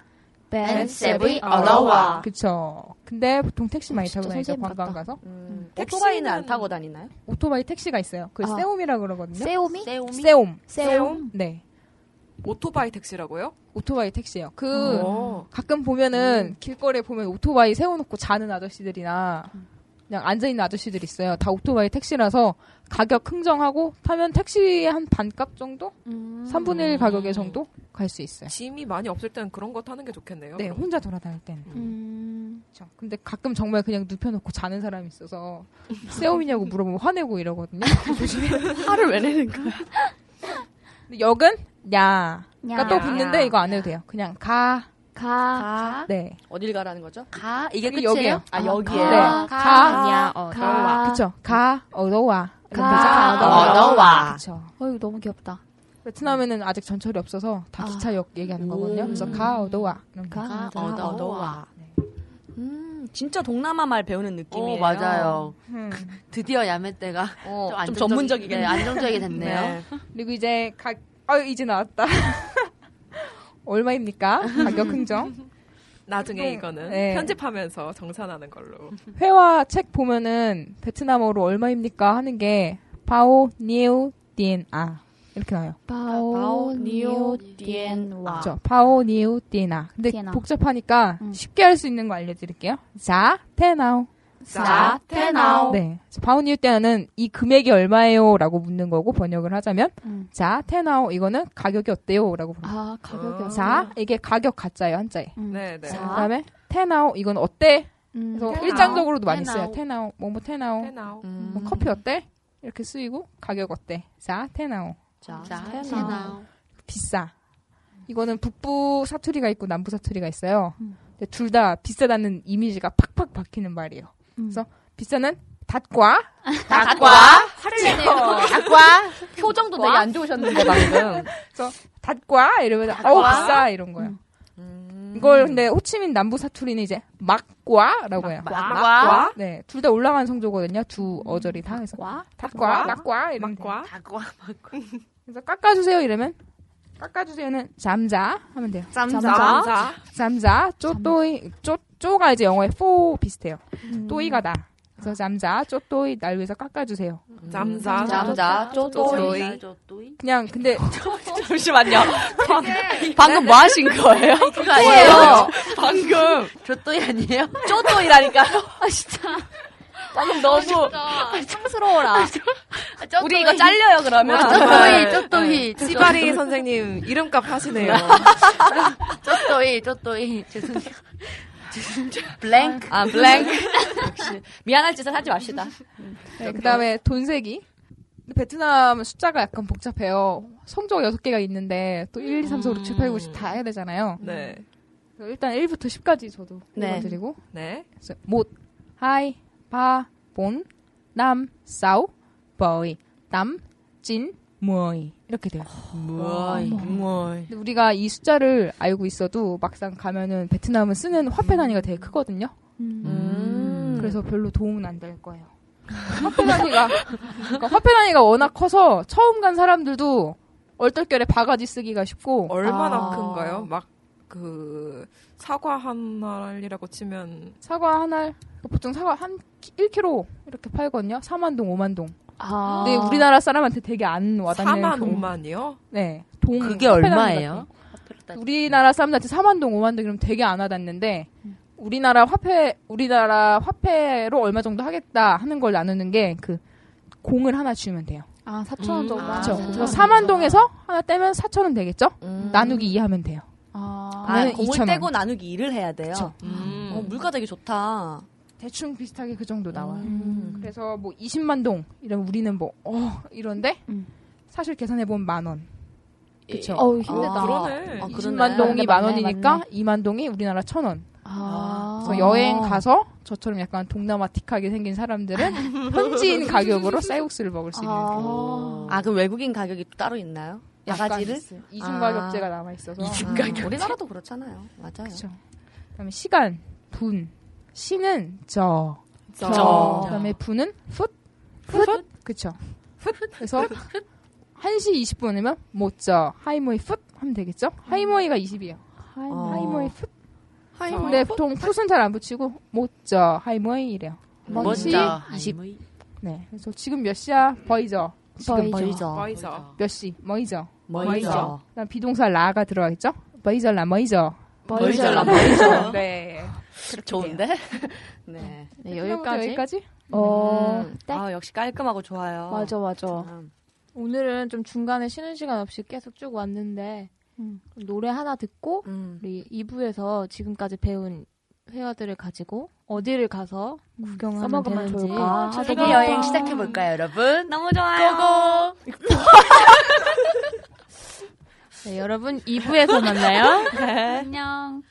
Speaker 9: 벤,
Speaker 3: 세브이. 어더와.
Speaker 5: 그쵸. 근데 보통 택시 많이 타고
Speaker 9: 아.
Speaker 5: 다니죠.
Speaker 9: 진짜 선생님
Speaker 5: 관광
Speaker 9: 같다.
Speaker 5: 가서
Speaker 10: 음, 오토바이는 안 타고 다니나요?
Speaker 5: 오토바이 택시가 있어요. 그
Speaker 9: 아.
Speaker 5: 세옴이라 그러거든요.
Speaker 9: 세오미?
Speaker 5: 세옴.
Speaker 9: 세옴?
Speaker 5: 네,
Speaker 6: 오토바이 택시라고요? 어.
Speaker 5: 오토바이 택시예요.
Speaker 9: 어.
Speaker 5: 그
Speaker 6: 오.
Speaker 5: 가끔 보면은 길거리에 보면 오토바이 세워놓고 자는 아저씨들이나 그냥 앉아있는 아저씨들 있어요. 다 오토바이 택시라서 가격 흥정하고 타면 택시 한 반값 정도?
Speaker 1: 음.
Speaker 5: 3분의 1 가격의 정도? 갈 수 있어요.
Speaker 6: 짐이 많이 없을 땐 그런 거 타는 게 좋겠네요.
Speaker 5: 네,
Speaker 6: 그럼.
Speaker 5: 혼자 돌아다닐 때는.
Speaker 1: 음.
Speaker 5: 그렇죠. 근데 가끔 정말 그냥 눕혀놓고 자는 사람이 있어서 세움이냐고 물어보면 화내고 이러거든요.
Speaker 10: 화를 왜 내는 거야?
Speaker 5: 근데 역은 야.
Speaker 9: 야.
Speaker 5: 그러니까 또 붙는데
Speaker 10: 야.
Speaker 5: 이거 안 해도 돼요. 그냥 가.
Speaker 9: 가,
Speaker 5: 네.
Speaker 10: 어딜 가라는 거죠?
Speaker 3: 가. 이게
Speaker 5: 그리고
Speaker 3: 끝이에요?
Speaker 5: 여기예요.
Speaker 10: 아, 여기에.
Speaker 5: 네.
Speaker 9: 가,
Speaker 5: 가.
Speaker 9: 야,
Speaker 3: 어더와.
Speaker 9: 가.
Speaker 5: 그쵸. 가. 어더와.
Speaker 9: 가,
Speaker 3: 어더와.
Speaker 5: 그쵸.
Speaker 9: 어이구, 너무 귀엽다.
Speaker 5: 베트남에는 아직 전철이 없어서 다
Speaker 9: 아.
Speaker 5: 기차역 얘기하는 거거든요.
Speaker 10: 음.
Speaker 5: 그래서 가오도와 어,
Speaker 9: 가,
Speaker 3: 어더와.
Speaker 10: 어더와. 음, 진짜 동남아 말 배우는 느낌이에요.
Speaker 3: 오, 맞아요.
Speaker 5: 음.
Speaker 3: 드디어 야매 때가
Speaker 10: 어,
Speaker 3: 좀,
Speaker 10: 좀
Speaker 3: 안정적이-
Speaker 10: 전문적이게.
Speaker 3: 네, 안정적이 됐네요.
Speaker 10: 네.
Speaker 5: 그리고 이제 가, 아 이제 나왔다. 얼마입니까? 가격 흥정.
Speaker 6: 나중에 이거는
Speaker 5: 네.
Speaker 6: 편집하면서 정산하는 걸로.
Speaker 5: 회화 책 보면은 베트남어로 얼마입니까 하는 게 바오 니우 디엔 아 이렇게 나와요.
Speaker 9: 바오, 니오, 디엔, 와.
Speaker 5: 그렇죠. 파오 니우 디나. 근데
Speaker 9: 디나.
Speaker 5: 복잡하니까
Speaker 9: 음.
Speaker 5: 쉽게 할 수 있는 거 알려드릴게요. 자 테나오.
Speaker 9: 자, 테나오.
Speaker 5: 네. 파오 니우 디나는 이 금액이 얼마예요라고 묻는 거고 번역을 하자면
Speaker 9: 음.
Speaker 5: 자 테나오 이거는 가격이 어때요라고 부릅니다.
Speaker 9: 아, 가격이요.
Speaker 5: 자 이게 가격 가짜예요 한자에.
Speaker 9: 음.
Speaker 6: 네, 네.
Speaker 9: 자.
Speaker 5: 그다음에 테나오 이건 어때?
Speaker 9: 음.
Speaker 5: 그래서
Speaker 3: 테나오.
Speaker 5: 일장적으로도 많이
Speaker 3: 테나오.
Speaker 5: 써요. 테나오 뭐뭐 테나오.
Speaker 6: 테나오.
Speaker 10: 음.
Speaker 5: 뭐 커피 어때? 이렇게 쓰이고 가격 어때? 자 테나오.
Speaker 10: 자,
Speaker 3: 자,
Speaker 9: 테나오.
Speaker 3: 테나오.
Speaker 5: 비싸. 이거는 북부 사투리가 있고 남부 사투리가 있어요. 둘 다 비싸다는 이미지가 팍팍 박히는 말이에요. 그래서 비싸는 닷과
Speaker 12: 닭과 화를 내네요.
Speaker 5: 닷과
Speaker 12: 표정도 되게 안 좋으셨는데, 방금.
Speaker 5: 그래서 닷과 음. 이러면서 어우 비싸 이런 거야.
Speaker 12: 음.
Speaker 5: 이걸 근데 호치민 남부 사투리는 이제 막과라고 해요.
Speaker 12: 막과. 막과.
Speaker 5: 네, 둘 다 올라간 성조거든요. 두 어절이 다 그래서 닭과 막과 이런
Speaker 6: 막과
Speaker 10: 아,
Speaker 3: 막과 막과
Speaker 5: 그래서 깎아주세요 이러면 깎아주세요는 잠자 하면 돼요.
Speaker 6: 잠자. 잠자.
Speaker 5: 잠자. 쪼또이 쪼 쪼가 이제 영어의 포 비슷해요. 또이가 나. 그래서 잠자 쪼또이 날 위해서 깎아주세요.
Speaker 6: 잠자.
Speaker 10: 잠자,
Speaker 5: 쪼또이. 네, 그냥 근데
Speaker 10: 어, 잠시만요. 방금 뭐 하신 거예요?
Speaker 3: 그거 아니에요.
Speaker 10: 방금
Speaker 3: 조또이 아니에요?
Speaker 10: 쪼또이라니까요.
Speaker 12: 아, 진짜.
Speaker 10: 방금 너무
Speaker 12: 촌스러워라.
Speaker 10: 우리 이거 잘려요 그러면. 네.
Speaker 12: 쪼또이, 쪼또이.
Speaker 6: 시바리 선생님 이름값 하시네요.
Speaker 3: 쪼또이 쪼또이 죄송해요.
Speaker 10: 블랭크. 아 블랭크. 역시 미안할 짓을 하지 맙시다.
Speaker 5: 네, 그다음에 돈세기. 근데 베트남 숫자가 약간 복잡해요. 성조가 여섯 개가 있는데 또 1, 2, 3, 4, 5, 6, 7, 8, 9, 10다 해야 되잖아요.
Speaker 6: 네.
Speaker 5: 그래서 일단 1부터 10까지 저도
Speaker 6: 네.
Speaker 5: 읽어드리고
Speaker 6: 네.
Speaker 5: 그래서 못, 하이, 바, 본, 남, 싸우, 버이, 남, 진, 뭐이 이렇게 돼요.
Speaker 3: 뭐이 뭐이.
Speaker 5: 근데 우리가 이 숫자를 알고 있어도 막상 가면은 베트남은 쓰는 화폐 단위가 되게 크거든요.
Speaker 10: 음.
Speaker 5: 그래서 별로 도움은 안 될 거예요. 화폐 단위가 그러니까 화폐 단위가 워낙 커서 처음 간 사람들도 얼떨결에 바가지 쓰기가 쉽고
Speaker 6: 얼마나
Speaker 5: 아.
Speaker 6: 큰가요? 막 그 사과 한 알이라고 치면
Speaker 5: 사과 한 알, 보통 사과 한 1kg 이렇게 팔거든요. 4만 동, 5만 동.
Speaker 3: 네,
Speaker 5: 근데
Speaker 1: 아.
Speaker 5: 우리나라 사람한테 되게 안 와닿는
Speaker 6: 4만
Speaker 5: 그런-
Speaker 6: 5만이요?
Speaker 5: 네. 동
Speaker 10: 음,
Speaker 3: 그게
Speaker 5: 화폐 단위
Speaker 3: 얼마예요?
Speaker 5: 같은 거. 우리나라 사람들한테 4만 동, 5만 동 이러면 되게 안 와닿는데 우리나라 화폐 우리나라 화폐로 얼마 정도 하겠다 하는 걸 나누는 게 그 공을 하나 주면 돼요.
Speaker 1: 아,
Speaker 3: 음,
Speaker 1: 4,000원 정도.
Speaker 5: 그렇죠. 4만 동에서 하나 떼면 4천 원 되겠죠? 나누기 2 하면 돼요.
Speaker 10: 아
Speaker 5: 그러면
Speaker 10: 공을
Speaker 5: 2,000원.
Speaker 10: 떼고 나누기 2를 해야 돼요.
Speaker 5: 그쵸.
Speaker 6: 음.
Speaker 10: 어, 물가 되게 좋다.
Speaker 5: 대충 비슷하게 그 정도 나와요.
Speaker 3: 음,
Speaker 5: 그래서 뭐 20만 동 이런 우리는 뭐 어, 이런데 사실 계산해 보면 만 원. 그렇죠.
Speaker 1: 어우, 힘들다.
Speaker 6: 그러네.
Speaker 10: 아, 그러네.
Speaker 5: 20만 동이
Speaker 1: 맞네,
Speaker 5: 만
Speaker 1: 맞네.
Speaker 5: 원이니까 2만 동이 우리나라 천 원.
Speaker 1: 아.
Speaker 5: 그래서 여행 가서 저처럼 약간 동남아틱하게 생긴 사람들은 현지인 가격으로 쌀국수를 먹을 수 있는
Speaker 1: 아.
Speaker 3: 어,
Speaker 10: 아 그럼 외국인 가격이 또 따로 있나요?
Speaker 5: 약간
Speaker 10: 바가지를?
Speaker 5: 있어요. 이중 가격제가 남아 있어서.
Speaker 10: 아,
Speaker 3: 가격제.
Speaker 10: 우리나라도 그렇잖아요. 맞아요.
Speaker 5: 그렇죠. 그다음에 시간, 분, 시는 저.
Speaker 6: 저.
Speaker 5: 그다음에 분은 풋, 풋, 그쵸. 풋. 그래서 1시 20분이면 못 저. 하이모이 풋 하면 되겠죠? 하이모이가 20이에요.
Speaker 10: 어.
Speaker 5: 하이모이 풋.
Speaker 6: 하이모이
Speaker 5: 근데 네,
Speaker 6: 풋?
Speaker 5: 보통 풋은 잘 안 붙이고 못 저. 하이모이 이래요.
Speaker 3: 먼지
Speaker 5: 먼저 네. 그래서 지금 몇 시야? 버이저. 지금
Speaker 6: 거의 저.
Speaker 5: 몇 시? 머이저.
Speaker 10: 멀죠.
Speaker 5: 그다음 비동사 라가 들어가겠죠? 머이저 라 머이저.
Speaker 10: 멀죠.
Speaker 5: 머이저. 네.
Speaker 10: 좋은데? 네.
Speaker 1: 네,
Speaker 5: 여기까지.
Speaker 1: 여기까지.
Speaker 5: 여기까지?
Speaker 1: 어,
Speaker 10: 음.
Speaker 1: 땡.
Speaker 10: 아, 역시 깔끔하고 좋아요.
Speaker 1: 맞아, 맞아.
Speaker 5: 어.
Speaker 10: 음.
Speaker 11: 오늘은 좀 중간에 쉬는 시간 없이 계속 쭉 왔는데
Speaker 1: 음.
Speaker 11: 그럼 노래 하나 듣고
Speaker 10: 음.
Speaker 11: 우리 2부에서 지금까지 배운 회화들을 가지고 어디를 가서 구경하면
Speaker 1: 써먹으면
Speaker 11: 되는지
Speaker 1: 좋을까? 아,
Speaker 3: 세계 여행 시작해 볼까요, 여러분?
Speaker 10: 너무 좋아요.
Speaker 11: 네, 여러분 2부에서 만나요.
Speaker 9: 안녕.